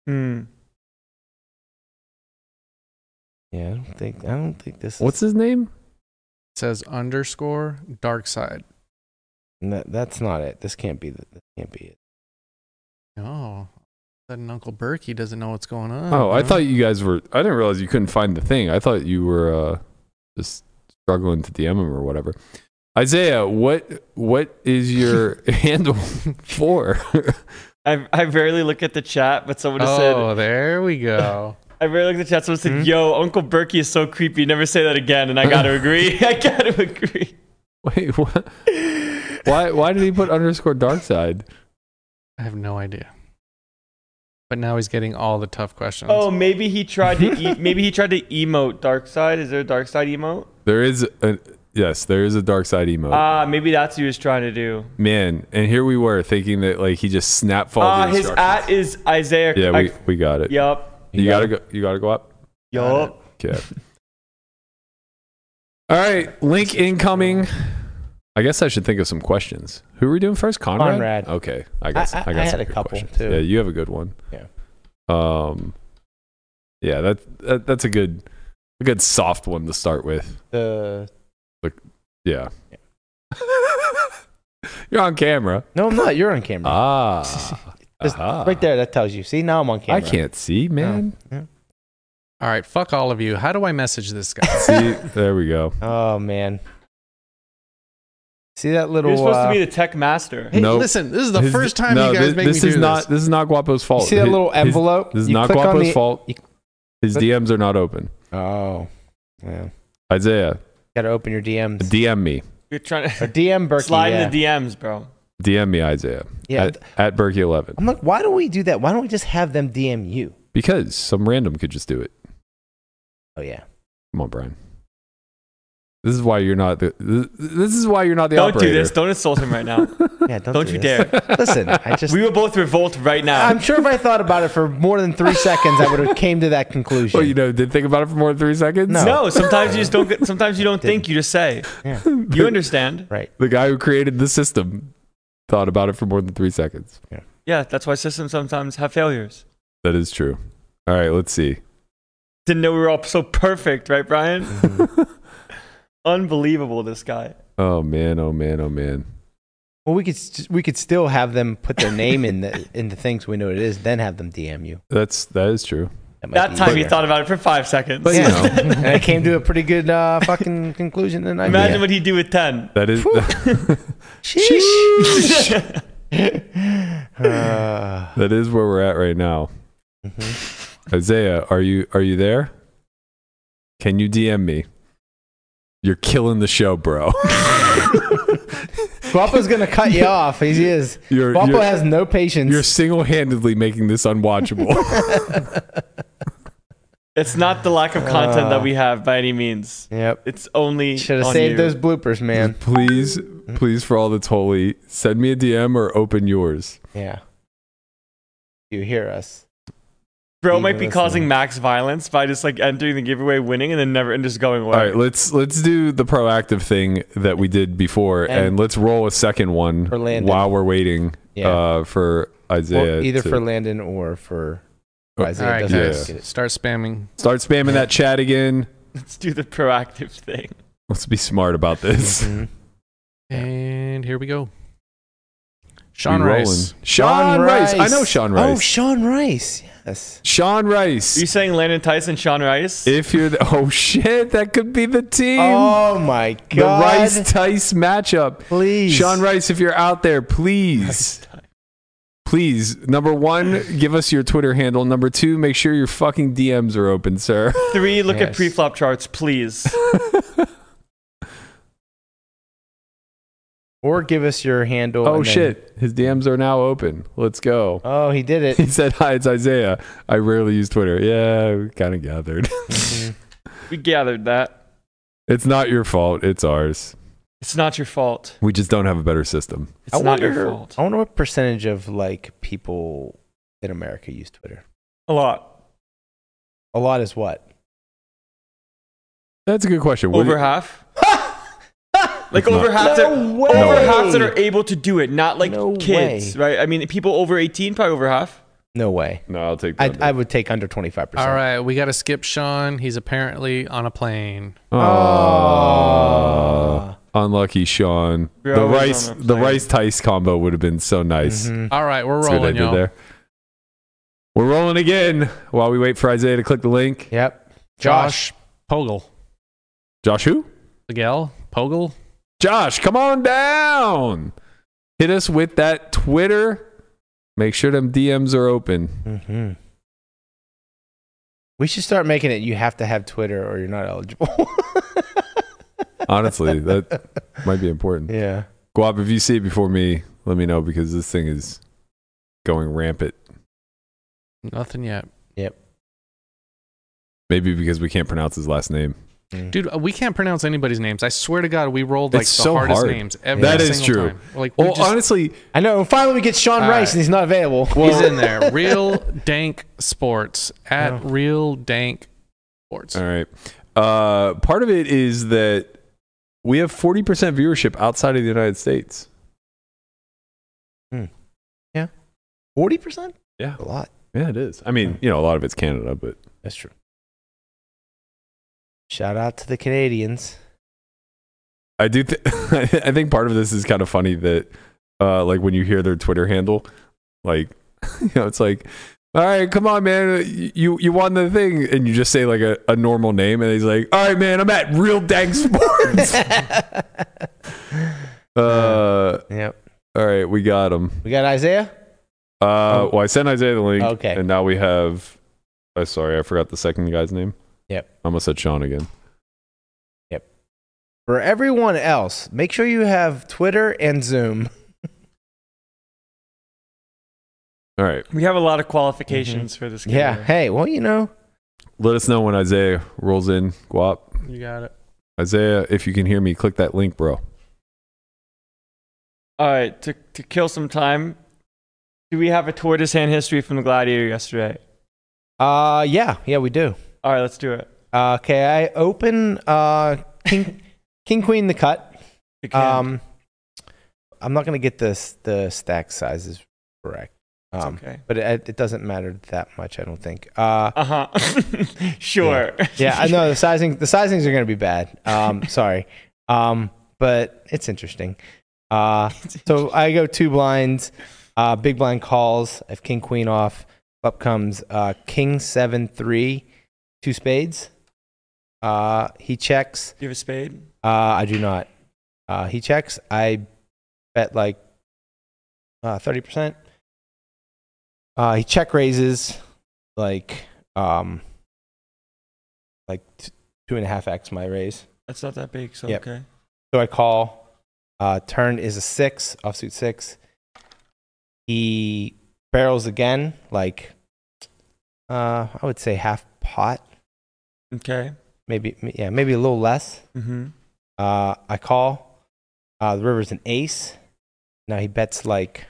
S5: Hmm.
S3: Yeah, I don't think. I don't think this.
S2: What's his name?
S4: It says underscore dark side.
S3: Is, that, that's not it. This can't be. The, this can't be it.
S4: Oh, sudden Uncle Berkey doesn't know what's going on.
S2: Oh, I
S5: Uh-huh.
S4: huh?
S2: thought you guys were. I didn't realize you couldn't find the thing. I thought you were uh, just struggling to DM him or whatever. Isaiah, what what is your handle for?
S5: I, I rarely look at the chat, but someone just
S4: Oh,
S5: said
S4: there we go.
S5: I rarely look at the chat. Someone said,
S2: Hmm?
S5: "Yo, Uncle Berkey is so creepy. Never say that again." And I got to agree. I got to agree.
S2: Wait, what? Why why did he put underscore dark side?
S4: I have no idea. But now he's getting all the tough questions.
S5: Oh, maybe he tried to. E- maybe he tried to emote dark side. Is there a dark side emote?
S2: There is a yes, there is a dark side emote.
S3: Uh,
S5: Ah, maybe that's what he was trying to do.
S2: Man, and here we were thinking that like he just snap
S3: Uh,
S5: Ah,
S2: followed the
S5: his
S2: instructions.
S5: at is Isaiah.
S2: Yeah, we, we got it.
S5: Yup.
S2: You, gotta go. You gotta go up.
S5: Yup.
S2: Okay. All right, link incoming. I guess I should think of some questions. Who are we doing first? Conrad.
S3: Conrad.
S2: Okay, I guess
S3: I-
S2: I,
S3: I
S2: got
S3: had
S2: some
S3: a
S2: good
S3: couple,
S2: questions.
S3: too.
S2: Yeah, you have a good one.
S3: Yeah.
S2: Um. Yeah, that, that that's a good, a good soft one to start with.
S3: The
S2: Yeah. You're on camera.
S3: no, I'm not. You're on camera.
S2: Ah.
S3: Just
S2: aha.
S3: Right there, that tells you. See, now I'm on camera.
S2: I can't see, man.
S3: Yeah.
S4: All right, fuck all of you. How do I message this guy?
S2: See, there we go.
S3: Oh man. See that little.
S5: You're supposed
S3: uh,
S5: to be the tech master.
S4: Hey,
S2: Nope.
S4: listen, this is the
S2: His-
S4: first time
S2: no,
S4: you guys
S2: this,
S4: make
S2: this
S4: me
S2: is
S4: do
S2: not
S4: this.
S2: is not Guapo's fault.
S3: You see that
S2: Oh, His-
S3: little
S2: his-
S3: envelope?
S2: this is
S3: You
S2: not
S3: click on
S2: Guapo's
S3: the-
S2: fault.
S3: you-
S2: His DMs are not open.
S3: oh. Yeah.
S2: Isaiah,
S3: Gotta open your DMs.
S2: DM me.
S5: You're trying
S3: or
S5: to
S3: DM Berkey.
S5: slide
S3: yeah.
S5: in the DMs, bro.
S2: DM me, Isaiah.
S3: Yeah.
S2: At, at Berkey eleven.
S3: I'm like, why don't we do that? Why don't we just have them DM you?
S2: Because some random could just do it.
S3: Oh yeah.
S2: Come on, Brian. This is why you're not the. This, this is why you're not the
S5: Don't
S2: operator.
S5: do this. Don't insult him right now.
S3: Yeah. Don't,
S5: Don't
S3: do
S5: you
S3: this.
S5: dare.
S3: Listen, I just.
S5: We will both revolt right now.
S3: I'm sure if I thought about it for more than three seconds, I would have came to that conclusion.
S2: Well, you know, did think about it for more than three seconds.
S3: No.
S5: no, sometimes you just don't. get- Sometimes you don't think. You just say.
S3: Yeah.
S5: You understand.
S3: Right.
S2: The guy who created the system thought about it for more than three seconds.
S5: Yeah, that's why systems sometimes have failures.
S2: That is true. All right, let's see.
S5: Didn't know we were all so perfect, right, Brian? Unbelievable, this guy.
S2: Oh man, oh man, oh man.
S3: Well, we could st- we could still have them put their name in the in the things we know it is, then have them DM you.
S2: That's that is true.
S3: That, might
S5: That
S3: be
S5: time you
S3: easier.
S5: thought about it for five seconds.
S2: But you
S3: Yeah.
S2: know,
S3: and I came to a pretty good uh, fucking conclusion. And I
S5: Imagine what he'd do with ten.
S2: that is
S3: Sheesh. Uh,
S2: that is where we're at right now.
S3: mm-hmm.
S2: Isaiah, are you are you there? Can you DM me? You're killing the show, bro.
S3: Guapo's gonna cut you off. He is.
S2: You're-
S3: Guapo
S2: you're-
S3: has no patience.
S2: You're single-handedly making this unwatchable.
S5: It's not the lack of content that we have by any means.
S3: yep.
S5: It's only
S3: Should have
S5: on
S3: saved
S5: you.
S3: those bloopers, man.
S2: please, please, for all that's holy, send me a DM or open yours.
S3: Yeah. You hear us?
S5: Bro might be
S3: Listening.
S5: causing max violence by just like entering the giveaway, winning, and then never and just going away.
S2: All right, let's let's do the proactive thing that we did before, and,
S3: And-
S2: let's roll a second one
S3: For Landon.
S2: while we're waiting
S3: Yeah.
S2: uh, for Isaiah.
S3: Well, either
S2: to
S3: for Landon or for
S2: Oh,
S3: Isaiah.
S4: All right,
S3: doesn't
S2: guys.
S4: guys,
S3: get it.
S4: start spamming.
S2: start spamming that chat again.
S5: Let's do the proactive thing.
S2: Let's be smart about this.
S3: Mhm.
S4: And here we go. Sean
S2: We rolling.
S4: Rice.
S2: Sean Rice. I know Sean
S3: Oh,
S2: Rice.
S3: Sean Rice. Yes.
S2: Sean
S5: Are you
S2: Rice.
S5: saying Landon Tyson, Sean Rice?
S2: If you're the, oh shit, that could be the team.
S3: Oh my God.
S2: the Rice Tice matchup.
S3: Please.
S2: Sean Rice, if you're out there, please. Please, number one, give us your Twitter handle. Number two, make sure your fucking DMs are open, sir.
S5: Three, look at
S3: Yes.
S5: pre-flop charts, please.
S2: Oh,
S3: Or give us your handle.
S2: Oh
S3: and then-
S2: shit, his DMs are now open. Let's go.
S3: Oh, he did
S2: He
S3: it.
S2: said, "Hi, it's Isaiah. I rarely use Twitter. Yeah, kind of gathered.
S3: Mm-hmm.
S5: we gathered that.
S2: it's not your fault. It's ours.
S5: It's not your fault.
S2: We just don't have a better system.
S5: It's not your fault.
S3: I wonder what percentage of like people in America use Twitter.
S5: A lot.
S3: A lot is what?
S2: That's a good question. What do
S5: over
S2: you-
S5: half. like
S2: It's
S5: over
S2: not-
S5: half. that,
S3: No
S5: Over
S3: way.
S5: half that are able to do it, not like
S3: No
S5: kids, right? I mean, people over 18, probably over half.
S3: No way.
S2: no, I'll take.
S3: I,
S2: That
S3: I would take under 25%.
S4: All right, we got to skip Sean. He's apparently on a plane.
S2: Aw.
S3: Oh.
S2: unlucky Sean.
S5: You're
S2: the
S5: always
S2: rice,
S5: on a
S2: the
S5: plane.
S2: rice Tice combo would have been so nice.
S3: Mhm.
S4: All right, we're
S2: See what I
S4: rolling,
S2: did
S4: y'all.
S2: there? We're rolling again while we wait for Isaiah to click the link.
S3: Yep.
S4: Josh Pogel.
S2: Josh, who?
S4: Miguel Pogel.
S2: Josh, come on down. Hit us with that Twitter. Make sure them DMs are open.
S3: hmm We should start making it you have to have Twitter or you're not eligible.
S2: Honestly, that might be important.
S3: yeah.
S2: Guap, if you see it before me, let me know because this thing is going rampant.
S4: Nothing yet.
S2: Maybe because we can't pronounce his last name.
S3: Mm.
S4: Dude, uh, we can't pronounce anybody's names. I swear to God, we rolled like
S2: It's
S4: the
S2: so
S4: hardest
S2: hard.
S4: names every
S2: That is
S4: single
S2: true.
S4: time. Like, we
S2: Well,
S4: just-
S2: honestly,
S3: I know. Finally, we get Sean
S4: All
S3: Rice
S4: right.
S3: and he's not available.
S4: he's in there. Real Dank Sports at
S3: No.
S4: Real Dank Sports.
S2: all right. Uh, part of it is that we have 40% viewership outside of the United States.
S3: 40%?
S2: Yeah.
S3: A lot.
S2: Yeah, it is. I mean, you know, a lot of it's Canada, but
S3: That's true. Shout out to the Canadians.
S2: I do. Th- I think part of this is kind of funny that, uh, like when you hear their Twitter handle, like you know, it's like all right, come on, man. You you won the thing, and you just say like a, a normal name, and he's like, all right, man, I'm at Real Dang Sports. uh,
S3: Yep.
S2: all right, we got him.
S3: We got Isaiah.
S2: Uh, well, I sent Isaiah the link.
S3: Okay.
S2: And now we have. Uh, sorry, I forgot the second guy's name.
S3: Yep.
S2: I almost said Sean again.
S3: For everyone else, make sure you have Twitter and Zoom.
S2: All right.
S5: We have a lot of qualifications for this game.
S3: Mm-hmm. Yeah. Hey, well, you know,
S2: Let us know when Isaiah rolls in. Guap.
S4: You got it.
S2: Isaiah, if you can hear me, click that link, bro.
S5: All right, to, to kill some time, do we have a tortoise hand history from the gladiator yesterday?
S3: uh, yeah, yeah, we do.
S5: All right, let's do it.
S3: Uh, okay, I open uh, King, King Queen the cut.
S5: You can.
S3: Um, I'm not gonna get this the stack sizes correct.
S5: It's
S3: Um,
S5: okay.
S3: but it, it doesn't matter that much, I don't think. Uh,
S5: Uh huh. sure.
S3: yeah, I know the sizing. The sizings are going to be bad. Um, sorry, um, but it's interesting. Uh, so I go two blinds, uh, big blind calls. I have king queen off. Up comes uh, king seven three, two spades. Uh, he checks.
S5: Do you have a spade?
S3: Uh, I do not. Uh, he checks. I bet like thirty percent. Uh, he check raises like um like t- two and a half x my raise.
S5: That's not that big, so
S3: Yep.
S5: okay.
S3: So I call. Uh, turn is a six offsuit six. He barrels again like uh, I would say half pot,
S5: Okay.
S3: maybe yeah maybe a little less.
S5: Mm-hmm.
S3: Uh, I call. Uh, the river's an ace. Now he bets like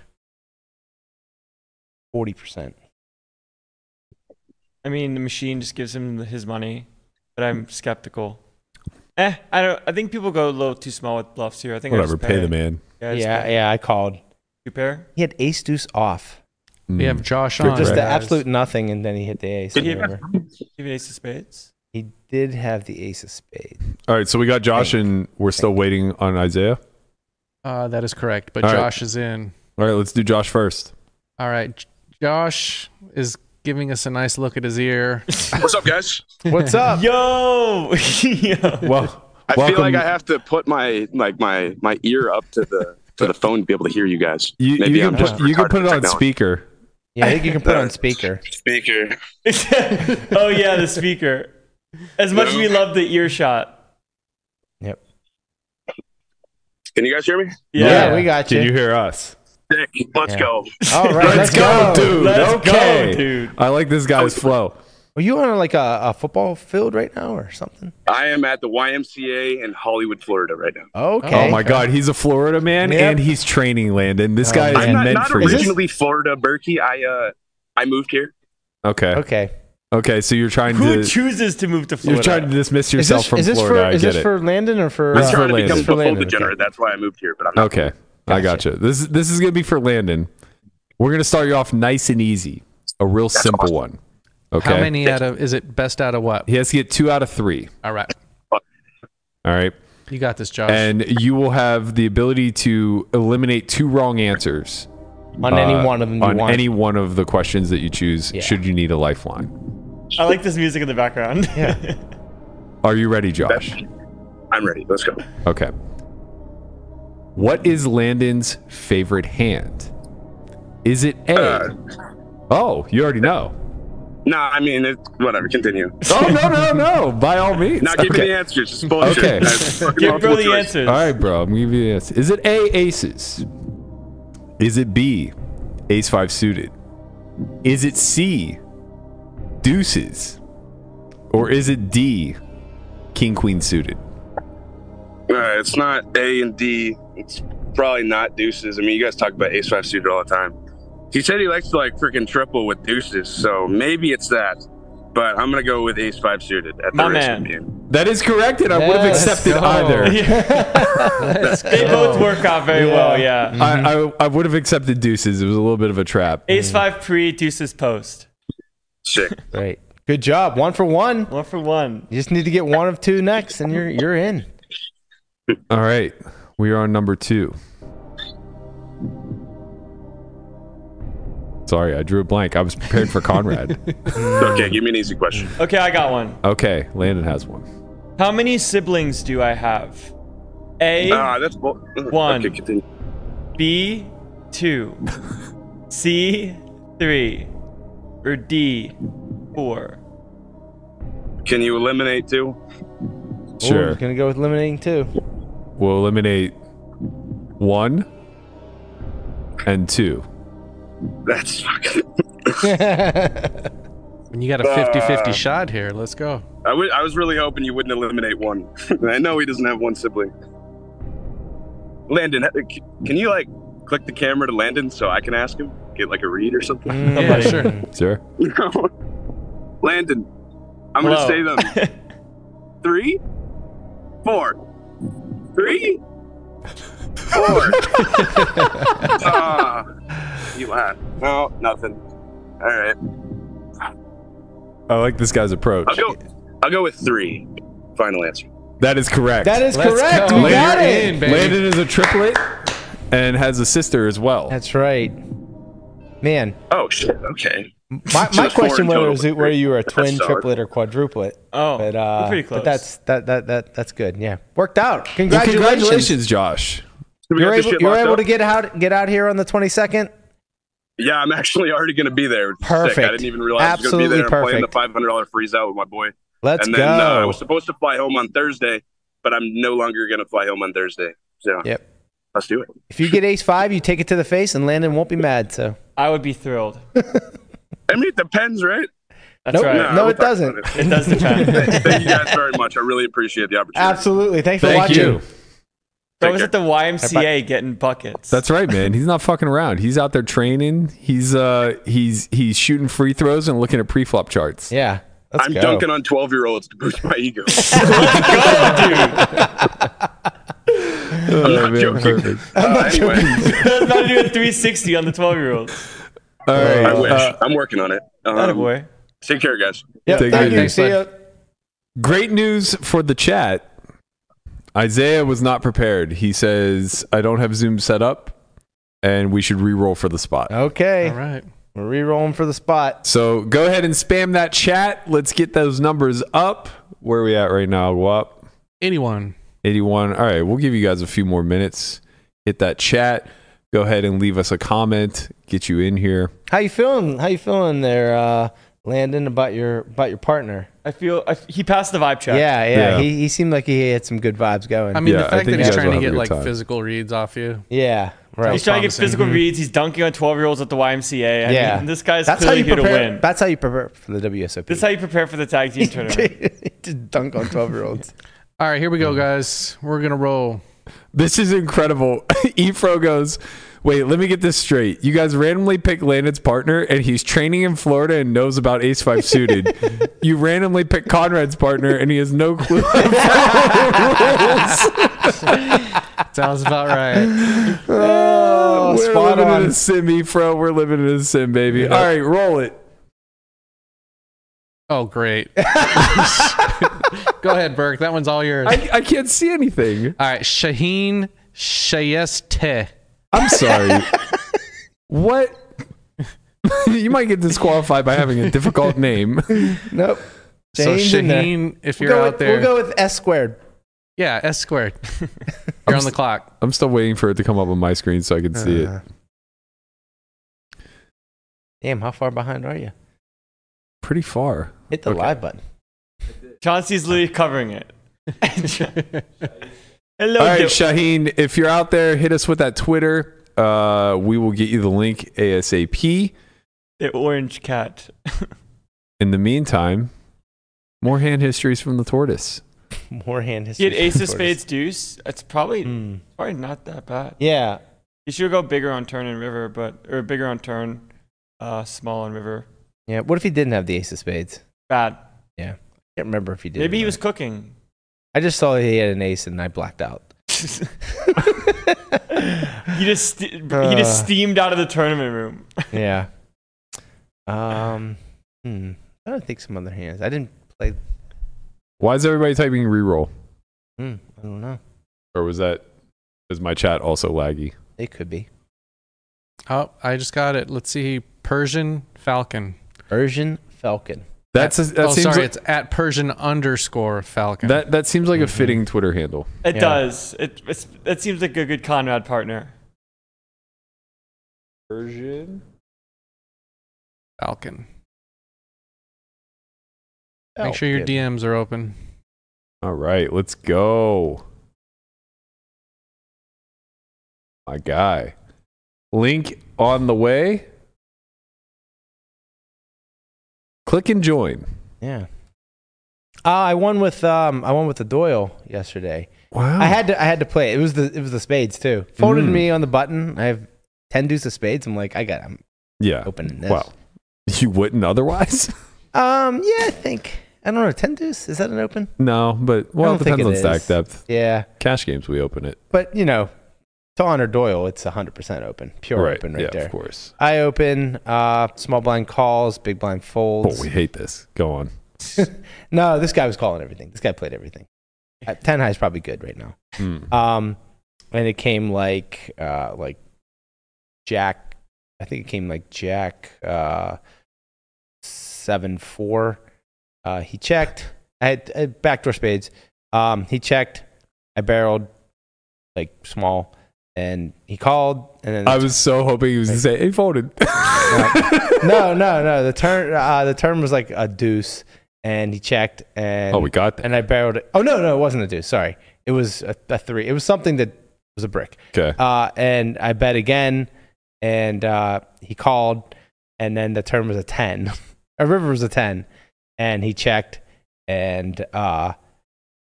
S3: forty percent.
S5: I mean, the machine just gives him the- his money, but I'm skeptical. Eh, I don't. I think people go a little too small with bluffs here. I think I
S2: Whatever.
S5: just pair.
S2: Pay the man.
S5: Yeah, just
S3: Yeah,
S5: pair.
S3: yeah. I called.
S5: You pair.
S3: He had ace deuce off,
S4: We
S2: Mm.
S4: have Josh
S2: Good
S4: on.
S3: just
S2: Right.
S3: the
S4: guys.
S3: absolute nothing, and then he hit the ace.
S5: Did
S3: on
S5: he
S3: the river.
S5: Do you have an ace of spades?
S3: He did have the ace of spades.
S2: All right. So we got Josh, and we're still waiting on Isaiah.
S4: Uh, that is correct. But
S2: All right.
S4: Josh is in.
S2: All right. Let's do Josh first.
S4: All right. J- Josh is giving us a nice look at his ear.
S8: What's up, guys?
S3: What's up?
S5: Yo, Yo.
S2: Well,
S8: I
S2: welcome.
S8: feel like I have to put my like my my ear up to the to the phone to be able to hear you guys.
S2: you, you can
S8: I'm
S2: put,
S8: just
S2: you can
S8: retarded
S2: put it
S8: with
S2: on
S8: technology.
S2: speaker.
S3: Yeah, I think you can put it on speaker.
S8: Speaker.
S5: oh yeah, the speaker. As much as we love the earshot.
S3: Yep.
S8: Can you guys hear me?
S5: Yeah.
S3: Yeah, we got you.
S2: Did you hear us?
S8: Sick. Let's
S3: Yeah.
S8: go.
S3: All right, let's, go.
S2: dude.
S5: Let's
S2: okay.
S5: go, dude.
S2: I like this guy's flow.
S3: Are you on like a, a football field right now or something?
S8: I am at the YMCA in Hollywood, Florida right now.
S3: Okay.
S2: Oh my God, he's a Florida man
S3: Yep.
S2: and he's training Landon. This
S3: Oh,
S2: guy is
S8: I'm not,
S2: meant
S8: not
S2: for you.
S8: originally Florida, Berkey. I uh I moved here.
S2: Okay,
S3: Okay.
S2: okay. So you're trying
S5: Who
S2: to
S5: chooses to move to
S2: you're
S5: Florida?
S2: trying to dismiss
S3: Is
S2: yourself
S3: this,
S2: from
S3: is this
S2: Florida.
S3: for
S2: I
S3: is
S2: get
S3: this
S2: it.
S3: for Landon or for?
S8: I'm
S2: That's for
S8: trying to
S2: Landon.
S8: become
S2: It's
S3: for
S8: football
S3: Landon,
S8: degenerate.
S3: okay.
S8: That's why I moved here. But I'm not.
S2: Okay, I
S3: Gotcha.
S2: gotcha. This is this is gonna be for Landon. We're gonna start you off nice and easy, a real simple one. Okay,
S4: How many out of is it best out of what?
S2: he has to get two out of three.
S4: All right.
S2: All right,
S4: You got this, Josh.
S2: and you will have the ability to eliminate two wrong answers
S3: on any
S2: uh,
S3: one of them you
S2: on
S3: want.
S2: any one of the questions that you choose.
S3: Yeah.
S2: Should you need a lifeline?
S5: I like this music in the background.
S3: Yeah.
S2: Are you ready, Josh?
S8: I'm ready. Let's go.
S2: Okay. What is Landon's favorite hand? Is it A?
S8: Uh.
S2: oh, you already know.
S8: No, I mean it's whatever. Continue.
S2: Oh no no no! By all means.
S8: Now give
S2: Okay.
S8: me the answers. It's bullshit.
S2: Okay.
S8: That's fucking
S5: Give bro
S8: multiple
S5: the
S8: choice.
S5: answers.
S2: All right, bro. I'm gonna give you the answer. Is it A aces? Is it B ace five suited? Is it C deuces? Or is it D king queen suited?
S8: Uh, it's not A and D. It's probably not deuces. I mean, you guys talk about ace five suited all the time. He said he likes to like freaking triple with deuces, so maybe it's that. But I'm gonna go with ace five suited at the
S5: My
S8: risk
S5: man.
S8: of being.
S2: That is correct, and I would have
S3: Let's
S2: accepted
S4: go.
S2: either.
S5: They both work out very well.
S2: Mm.
S5: Yeah.
S2: I, I, I would have accepted deuces. It was a little bit of a trap.
S5: Ace five pre, deuces post.
S8: Sick.
S3: Right. Good job. One for one.
S5: One for one.
S3: You just need to get one of two next, and you're you're in.
S2: All right, we are on number two. Sorry, I drew a blank. I was prepared for Conrad.
S8: Okay, give me an easy question.
S5: Okay, I got one.
S2: okay, Landon has one.
S5: How many siblings do I have? A,
S8: Ah, that's bull-
S5: One.
S8: Okay, continue.
S5: B, two, C, three, or D, four.
S8: Can you eliminate two?
S2: Sure.
S3: gonna go with limiting two.
S2: We'll eliminate one and two.
S8: That's fucking.
S4: And you got a 50-50 shot here. Let's go.
S8: I wa- I was really hoping you wouldn't eliminate one. I know he doesn't have one sibling. Landon, c- can you like click the camera to Landon so I can ask him? Get like a read or something?
S4: Yeah, sure.
S2: Sure.
S8: Landon, I'm
S5: Hello.
S8: gonna say them. Three, four, three, four. Ah, you laugh. No, nothing. All right,
S2: I like this guy's approach.
S8: I'll go. I'll go with three. Final answer.
S2: That is correct.
S3: That is
S4: Let's
S3: correct.
S4: go.
S3: We got
S4: Later
S3: it.
S4: in, baby.
S2: Landon is a triplet and has a sister as well.
S3: That's right. Man,
S8: Oh shit. Okay.
S3: my,
S8: So
S3: my
S8: four
S3: question
S8: in
S3: whether
S8: total.
S3: was it where you were a twin,
S8: solid.
S3: triplet, or quadruplet.
S5: Oh,
S3: but uh,
S5: we're pretty
S3: but
S5: close.
S3: that's that that that that's good. Yeah, worked out.
S2: Well,
S3: Congratulations.
S2: congratulations, Josh.
S8: So we
S3: You're
S8: got this
S3: able,
S8: shit
S3: you're
S8: locked
S3: able
S8: up?
S3: to get out get out here on the 22nd.
S8: Yeah, I'm actually already going to be there. Sick. I
S3: Perfect.
S8: didn't even realize I was going to
S3: Absolutely
S8: be there. I'm playing the
S3: perfect.
S8: five hundred dollar freeze out with my boy.
S3: Let's
S8: and
S3: go.
S8: then uh, I was supposed to fly home on Thursday, but I'm no longer going to fly home on Thursday. So
S3: Yep.
S8: let's do it.
S3: if you get ace five, you take it to the face, and Landon won't be mad. So
S5: I would be thrilled.
S8: I mean, it depends, right?
S5: That's
S3: Nope.
S5: right.
S3: No,
S8: we'll
S3: it
S8: talk
S3: doesn't.
S8: about
S5: It does depend.
S8: it. Thank you guys very much. I really appreciate the opportunity.
S3: absolutely. Thanks for
S2: Thank
S3: watching.
S2: you.
S5: I was at the YMCA getting buckets.
S2: That's right, man. He's not fucking around. He's out there training. He's uh he's he's shooting free throws and looking at pre-flop charts.
S3: Yeah. Let's
S8: I'm
S3: go.
S8: dunking on 12 year olds to boost my ego. Uh,
S2: Oh, man,
S8: joking.
S2: perfect.
S8: Uh, anyway,
S5: I was about to do a 360 on the 12 year old.
S2: All right.
S8: I wish.
S2: uh,
S8: I'm working on it.
S5: That
S8: Um,
S5: boy.
S8: take care, guys.
S3: Yep,
S2: Take it
S3: thank
S2: easy.
S3: you.
S2: Thanks,
S3: See ya.
S2: great news for the chat. Isaiah was not prepared. He says, "I don't have Zoom set up, and we should re-roll for the spot."
S3: Okay.
S4: All right.
S3: We're re-rolling for the spot.
S2: So go ahead and spam that chat. Let's get those numbers up. Where are we at right now? What?
S4: Anyone.
S2: 81. All right, we'll give you guys a few more minutes. Hit that chat. Go ahead and leave us a comment. Get you in here.
S3: How you feeling? How you feeling there, uh, Landon? About your about your partner?
S5: I feel I, he passed the vibe check.
S3: Yeah, yeah.
S2: Yeah.
S3: He, he seemed like he had some good vibes going.
S4: I mean,
S2: Yeah, I
S4: the fact
S2: think
S4: that
S2: you
S4: he's
S2: guys
S4: trying
S2: will
S4: to
S2: have a
S4: get
S2: good
S4: like
S2: time.
S4: physical reads off you.
S3: yeah, right.
S5: He's trying to get
S4: promising.
S5: physical reads. He's dunking on 12 year olds at the YMCA. I
S3: Yeah.
S5: mean, this guy's
S3: That's how
S5: clearly
S3: you
S5: here to
S3: prepare.
S5: win.
S3: That's how you prepare for the WSOP.
S5: This is how you prepare for the tag team tournament.
S3: Just dunk on twelve year olds.
S4: All right, here we
S2: Mm-hmm.
S4: go, guys. We're gonna roll.
S2: This is incredible. Efro goes, Wait, let me get this straight. You guys randomly pick Landon's partner, and he's training in Florida and knows about Ace 5 suited. you randomly pick Conrad's partner, and he has no clue.
S4: Sounds about right.
S3: Oh,
S2: We're
S3: spot
S2: living in
S3: on.
S2: a sim, Efro. We're living in a sim, baby. All right, roll it.
S4: Oh, great. go ahead, Burke. That one's all yours.
S2: I, I can't see anything.
S4: all right, Shaheen Shayeste.
S2: I'm sorry. what? you might get disqualified by having a difficult name.
S3: Nope.
S4: So
S3: Shane's in there.
S4: Shaheen, if
S3: We'll
S4: you're
S3: go
S4: out
S3: with,
S4: there,
S3: We'll go with S squared.
S4: yeah, S squared. you're on the clock.
S2: I'm still waiting for it to come up on my screen so I can see it.
S3: Uh, Damn, how far behind are you?
S2: Pretty far.
S3: Hit the
S2: Okay.
S3: live button.
S5: Chauncey's literally covering it. Hello,
S2: All right,
S5: Dil-
S2: Shaheen, if you're out there, hit us with that Twitter. Uh, we will get you the link ASAP.
S5: the orange cat.
S2: In the meantime, more hand histories from the tortoise.
S3: More hand
S5: He
S3: history.
S5: had ace of
S3: disorders.
S5: spades deuce. It's probably
S3: Hmm.
S5: probably not that bad.
S3: Yeah.
S5: You should go bigger on turn and river, but or bigger on turn, uh, small on river.
S3: Yeah. What if he didn't have the ace of spades?
S5: Bad.
S3: can't remember if he did. or
S5: Maybe he
S3: not.
S5: was cooking.
S3: I just saw he had an ace and I blacked out.
S5: He just ste- he just
S3: Uh.
S5: steamed out of the tournament room.
S3: yeah. Um. Hmm. I don't think some other hands. I didn't play.
S2: Why is everybody typing reroll?
S3: Hmm. I don't know.
S2: Or was that, is my chat also laggy?
S3: It could be.
S4: Oh, I just got it. Let's see. Persian Falcon.
S3: Persian falcon.
S2: That's a, that
S4: oh,
S2: seems
S4: sorry.
S2: like,
S4: it's Mm-hmm. at Persian underscore Falcon.
S2: that that seems like a fitting Twitter handle.
S5: It
S4: Yeah.
S5: does. It it's, it seems like a good Conrad partner.
S2: Version.
S4: Falcon. Make sure your
S3: Falcon.
S4: DMs are open.
S2: All right, let's go. My guy. Link on the way. Click and join.
S3: Yeah. Uh, I won with um I won with the Doyle yesterday.
S2: Wow.
S3: I had to I had to play. It was the it was the spades too. Folded
S2: Mm.
S3: me on the button. I have ten deuce of spades. I'm like I got I'm
S2: yeah.
S3: opening this.
S2: Wow. You wouldn't otherwise?
S3: Um yeah I think I don't know ten deuce is that an open?
S2: no, but well,
S3: I
S2: it
S3: don't think
S2: depends
S3: it
S2: on stack
S3: is.
S2: depth.
S3: Yeah,
S2: Cash games we open it.
S3: but you know, Ton or Doyle, it's hundred percent open, pure
S2: right.
S3: open right
S2: yeah,
S3: there.
S2: of course.
S3: I open uh small blind calls, big blind folds.
S2: Oh, we hate this. Go on.
S3: No, this guy was calling everything. This guy played everything. Uh, Ten high is probably good right now.
S2: Mm.
S3: Um, and it came like uh, like Jack. I think it came like Jack uh, seven four. Uh, he checked. I had, I had backdoor spades. Um, he checked. I barreled like small, and he called. And then
S2: I was so hoping he was to say, hey, folded.
S3: no, no, no. The turn uh, the turn was like a deuce, and he checked. And
S2: oh, we got that.
S3: and I barreled it. Oh no, no, it wasn't a deuce. Sorry, it was a, a three. It was something that was a brick.
S2: Okay.
S3: Uh, and I bet again, and uh, he called, and then the turn was a ten. a river was a ten, and he checked, and uh,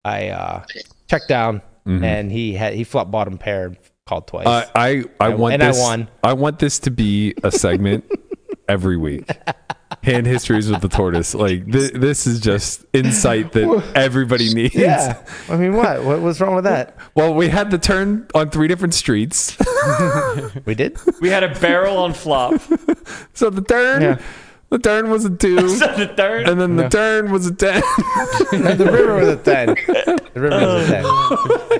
S3: I uh, checked down,
S2: Mhm.
S3: and he had he flopped bottom pair, called twice.
S2: I, I, I
S3: And-
S2: want
S3: and I
S2: this.
S3: won.
S2: I want this to be a segment every week. Hand histories with the tortoise. Like th- this is just insight that everybody needs.
S3: yeah, I mean, what? What was wrong with that?
S2: Well, we had the turn on three different streets.
S3: We did.
S5: We had a barrel on flop. So
S2: so the turn,
S3: Yeah.
S2: the turn was a two,
S5: the third.
S2: and then the turn was a ten.
S3: No, the river was a ten. The river was a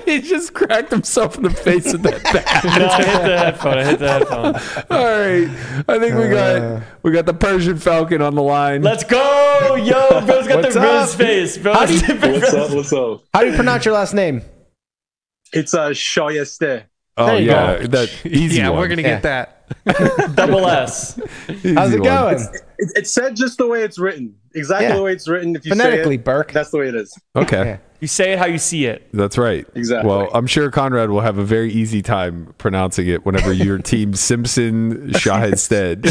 S3: ten.
S2: he just cracked himself in the face with that bat.
S5: No, I hit the headphone. I hit the headphone.
S2: All right, I think
S3: Oh,
S2: we got we got the Persian Falcon on the line.
S5: Let's go, yo! Bro's got
S3: What's
S5: the
S3: up?
S5: rose face. Bro,
S9: What's up? What's up?
S3: How do you pronounce your last name?
S9: It's uh, Shoyeste.
S2: oh
S3: there you
S2: yeah,
S3: go.
S2: that easy
S4: yeah,
S2: one.
S4: we're gonna
S3: Yeah.
S4: get that.
S5: double S.
S2: Easy
S3: How's it
S2: one.
S3: going?
S9: It, it's said just the way it's written, exactly
S3: Yeah.
S9: the way it's written. If you
S3: Phonetically,
S9: say it,
S3: Burke.
S9: that's the way it is.
S2: Okay.
S3: Yeah.
S5: You say it how you see it.
S2: That's right.
S9: Exactly.
S2: Well, I'm sure Conrad will have a very easy time pronouncing it whenever your team Simpson Shahidstead.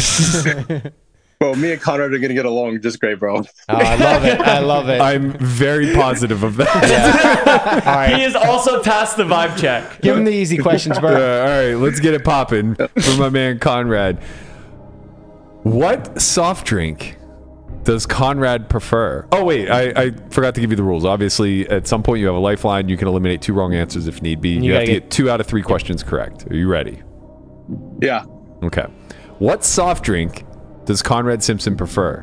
S9: Bro, Oh, me and Conrad are gonna get along just great, bro.
S3: Oh, I love it. I love it.
S2: I'm very positive of that.
S3: All right.
S5: He is also past the vibe check.
S3: Give him the easy questions,
S2: Uh,
S3: bro.
S2: all right, let's get it popping for my man Conrad. What soft drink does Conrad prefer? Oh wait, I, I forgot to give you the rules. Obviously, at some point you have a lifeline. You can eliminate two wrong answers if need be. You, have
S3: gotta
S2: to
S3: get-
S2: get two out of three questions correct. Are you ready?
S9: Yeah.
S2: Okay. What soft drink does Conrad Simpson prefer?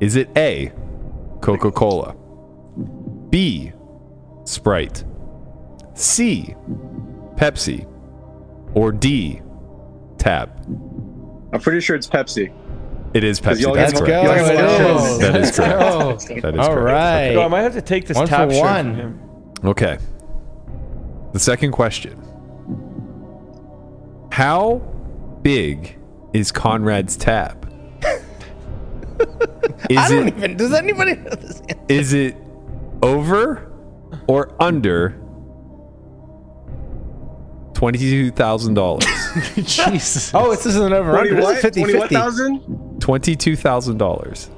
S2: Is it A, Coca Cola, B, Sprite, C, Pepsi, or D, Tab?
S9: I'm pretty sure it's Pepsi.
S2: It is Pepsi.
S9: y'all
S2: That's
S9: guys-
S2: correct.
S9: y'all guys-
S4: Oh,
S2: That is correct.
S4: Oh,
S2: That is
S3: All
S2: correct.
S5: Yo, I
S3: right.
S5: might have to take this
S3: One for
S5: tap shirt
S3: one.
S5: from him.
S2: Okay. The second question How big is Conrad's tab? Is
S3: I don't
S2: it
S3: even. Does anybody know this?
S2: Is it over or under twenty-two thousand dollars?
S4: Jesus.
S3: Oh, it's this is an over under. This is 50
S9: Twenty-one
S3: 50.
S9: thousand?
S2: Twenty-two thousand dollars.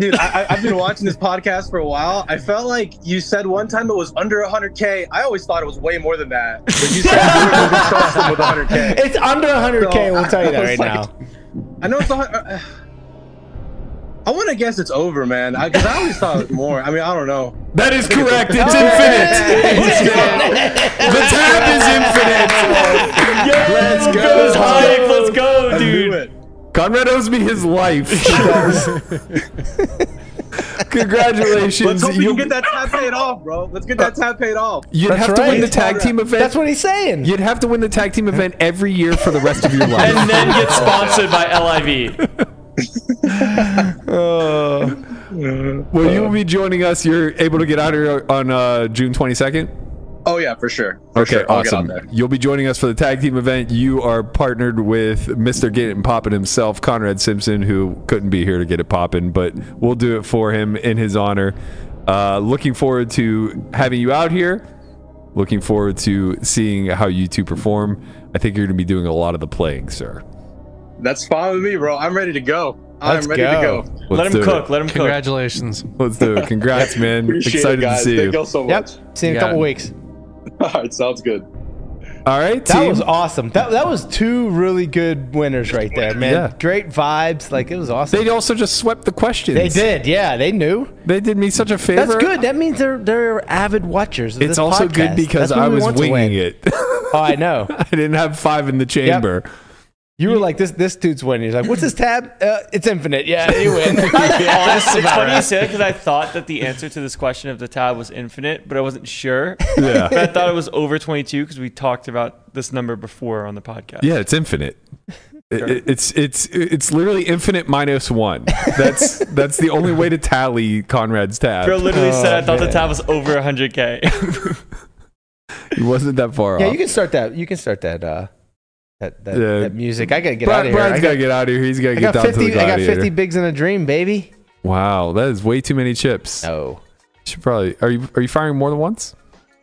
S9: Dude, I, I- I've been watching this podcast for a while. I felt like you said one time it was under 100k. I always thought it was way more than that. But you said you were gonna trust them with 100k.
S3: It's under 100K.
S9: So,
S3: we'll tell you
S9: I
S3: that
S9: was
S3: right
S9: like-
S3: now.
S9: I know it's. a hun- uh, I want to guess it's over, man. Because I, always thought it was more. I mean, I don't know.
S2: That is correct. It's
S3: Yay!
S2: infinite. Let's go. The tab is infinite. go.
S5: Yo, Let's Bro's hype. Let's go,
S9: I knew
S5: dude.
S9: it.
S2: Conrad owes me his life. Congratulations.
S9: Let's hope we
S2: You,
S9: can get that tab paid off, bro. Let's get that tab paid off.
S2: would
S3: That's
S2: have to win
S3: right.
S2: the tag team event.
S3: That's what he's saying.
S2: You'd have to win the tag team event every year for the rest of your life.
S5: and then get sponsored by LIV.
S2: Well,
S9: Uh,
S2: you'll be joining us. You're able to get out here on uh, June 22nd.
S9: Oh yeah, for sure. For
S2: Okay,
S9: sure. I'll get out
S2: awesome.
S9: there.
S2: You'll be joining us for the tag team event. You are partnered with Mr. Get It and Poppin' himself, Conrad Simpson, who couldn't be here to get it poppin', but we'll do it for him in his honor. Uh, looking forward to having you out here. Looking forward to seeing how you two perform. I think you're going to be doing a lot of the playing, sir.
S9: That's fine with me, bro. I'm ready to go.
S3: Let's
S9: I'm ready
S3: go.
S9: to go.
S5: Let him
S2: do
S5: cook.
S2: It.
S5: Let him cook.
S4: Congratulations.
S2: Let's do it. Congrats, man.
S9: Appreciate
S2: Excited
S9: it, guys.
S2: to see
S9: Thank
S2: you.
S9: all so
S3: Yep.
S9: much.
S3: See you in a
S2: Yeah.
S3: couple weeks.
S9: All right, sounds good.
S2: All right,
S3: That
S2: team.
S3: was awesome. That that was two really good winners right there, man.
S2: Yeah.
S3: Great vibes. Like it was awesome.
S2: They also just swept the questions.
S3: They did. Yeah, they knew.
S2: They did me such a favor.
S3: That's good. That means they're they're avid watchers. Of
S2: It's
S3: this
S2: also good
S3: podcast.
S2: because
S3: That's what
S2: I
S3: we
S2: was
S3: want to win.
S2: winging it.
S3: Oh, I know.
S2: I didn't have five in the chamber.
S3: You were like this. This dude's winning. He's like, "What's his tab? Uh, it's infinite. Yeah, you win."
S5: Honest, it's funny you say that because I thought that the answer to this question of the tab was infinite, but I wasn't sure. But
S2: Yeah.
S5: I thought it was over 22 because we talked about this number before on the podcast.
S2: yeah, it's infinite. It- it- It's it's it's literally infinite minus one. That's that's the only way to tally Conrad's tab.
S5: Bro literally
S2: Oh,
S5: said I thought
S3: man.
S5: the tab was over 100k.
S2: He wasn't that far
S3: yeah,
S2: off.
S3: you can start that. You can start that. Uh, that that,
S2: Yeah.
S3: that music. I gotta get out
S2: Brian,
S3: of here. I
S2: Brian's
S3: got,
S2: gotta get out of here. He's gotta
S3: I
S2: get
S3: got
S2: down to the
S3: fifty. I got
S2: gladiator.
S3: fifty bigs in a dream, baby.
S2: Wow, that is way too many chips.
S3: No,
S2: Should probably are you are you firing more than once?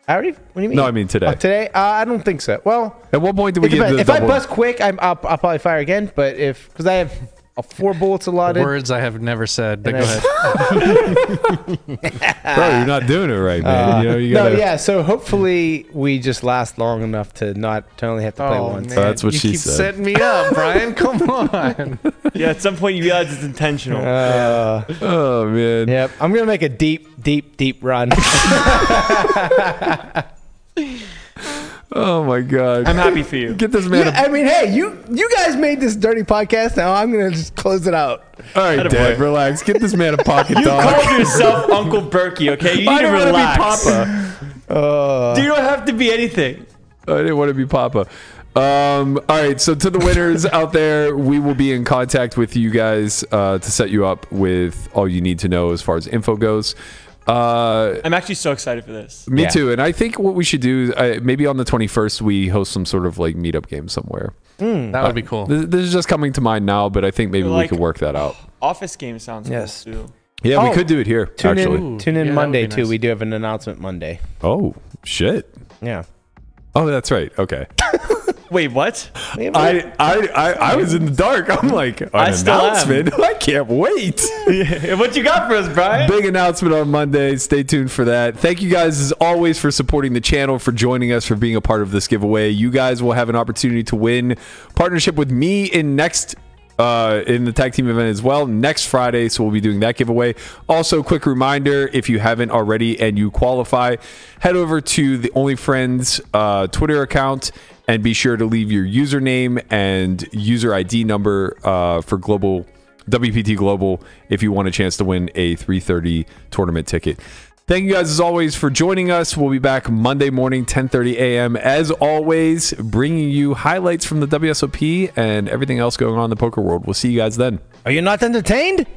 S3: I already. What do you mean?
S2: No, I mean today.
S3: Oh, today? Uh, I don't think so. Well,
S2: At what point do we
S3: it
S2: get to
S3: depends.
S2: the
S3: if I
S2: double-
S3: bust quick, I'm, I'll, I'll probably fire again. But if because I have uh, four bullets allotted,
S4: Words I have never said, but
S3: And
S4: go
S3: I-
S4: ahead.
S2: Bro, you're not doing it right, man. you know, you
S3: Ah. Uh, no,
S2: gotta,
S3: yeah. So hopefully we just last long enough to not to only have to play
S4: Oh,
S3: once.
S4: man.
S2: That's what
S4: you
S2: she
S4: keep
S2: said.
S4: setting me up, Brian. Come on.
S5: yeah, at some point you realize it's intentional.
S3: Uh,
S2: Oh man.
S3: yep. I'm gonna make a deep, deep, deep run.
S2: Oh my god.
S5: I'm happy for you.
S2: Get this man.
S3: Yeah, I mean, hey, you you guys made this dirty podcast. Now I'm gonna just close it out.
S2: a, all right,
S5: attaboy.
S2: Dad, relax. Get this man a pocket dog.
S5: Call yourself Uncle Berkey, okay? You
S2: I
S5: need to
S2: don't wanna be
S5: relax.
S2: Papa. Uh.
S5: Dude, you don't have to be anything.
S2: I didn't want to be Papa. Um, all right, so to the winners out there, we will be in contact with you guys uh, to set you up with all you need to know as far as info goes. Uh,
S5: I'm actually so excited for this.
S2: me
S3: Yeah.
S2: too, and I think what we should do, uh, maybe on the twenty first, we host some sort of like meetup game somewhere.
S4: That would be cool.
S2: This, this is just coming to mind now, but I think maybe we
S5: Like-
S2: could work that out.
S5: Office game sounds
S3: Yes.
S5: cool too.
S2: Yeah,
S3: Oh,
S2: we could do it here.
S3: Tune
S2: actually.
S3: in,
S4: Ooh,
S3: tune in
S4: yeah, that would
S3: Monday
S4: be
S3: too.
S4: nice.
S3: We do have an announcement Monday.
S2: Oh shit.
S3: Yeah.
S2: Oh, that's right. Okay.
S5: Wait, what?
S2: I, I, I, I was in the dark. I'm like, an
S5: I still am.
S2: announcement? I can't wait.
S5: what you got for us, Brian?
S2: Big announcement on Monday. Stay tuned for that. Thank you guys, as always, for supporting the channel, for joining us, for being a part of this giveaway. You guys will have an opportunity to win partnership with me in next. Uh, in the tag team event as well next Friday. So we'll be doing that giveaway. Also, quick reminder if you haven't already and you qualify, head over to the Only Friends uh, Twitter account and be sure to leave your username and user ID number uh, for global WPT Global if you want a chance to win a 330 tournament ticket. Thank you guys as always for joining us. We'll be back Monday morning 10:30 a.m. as always bringing you highlights from the WSOP and everything else going on in the poker world. We'll see you guys then.
S3: Are you not entertained?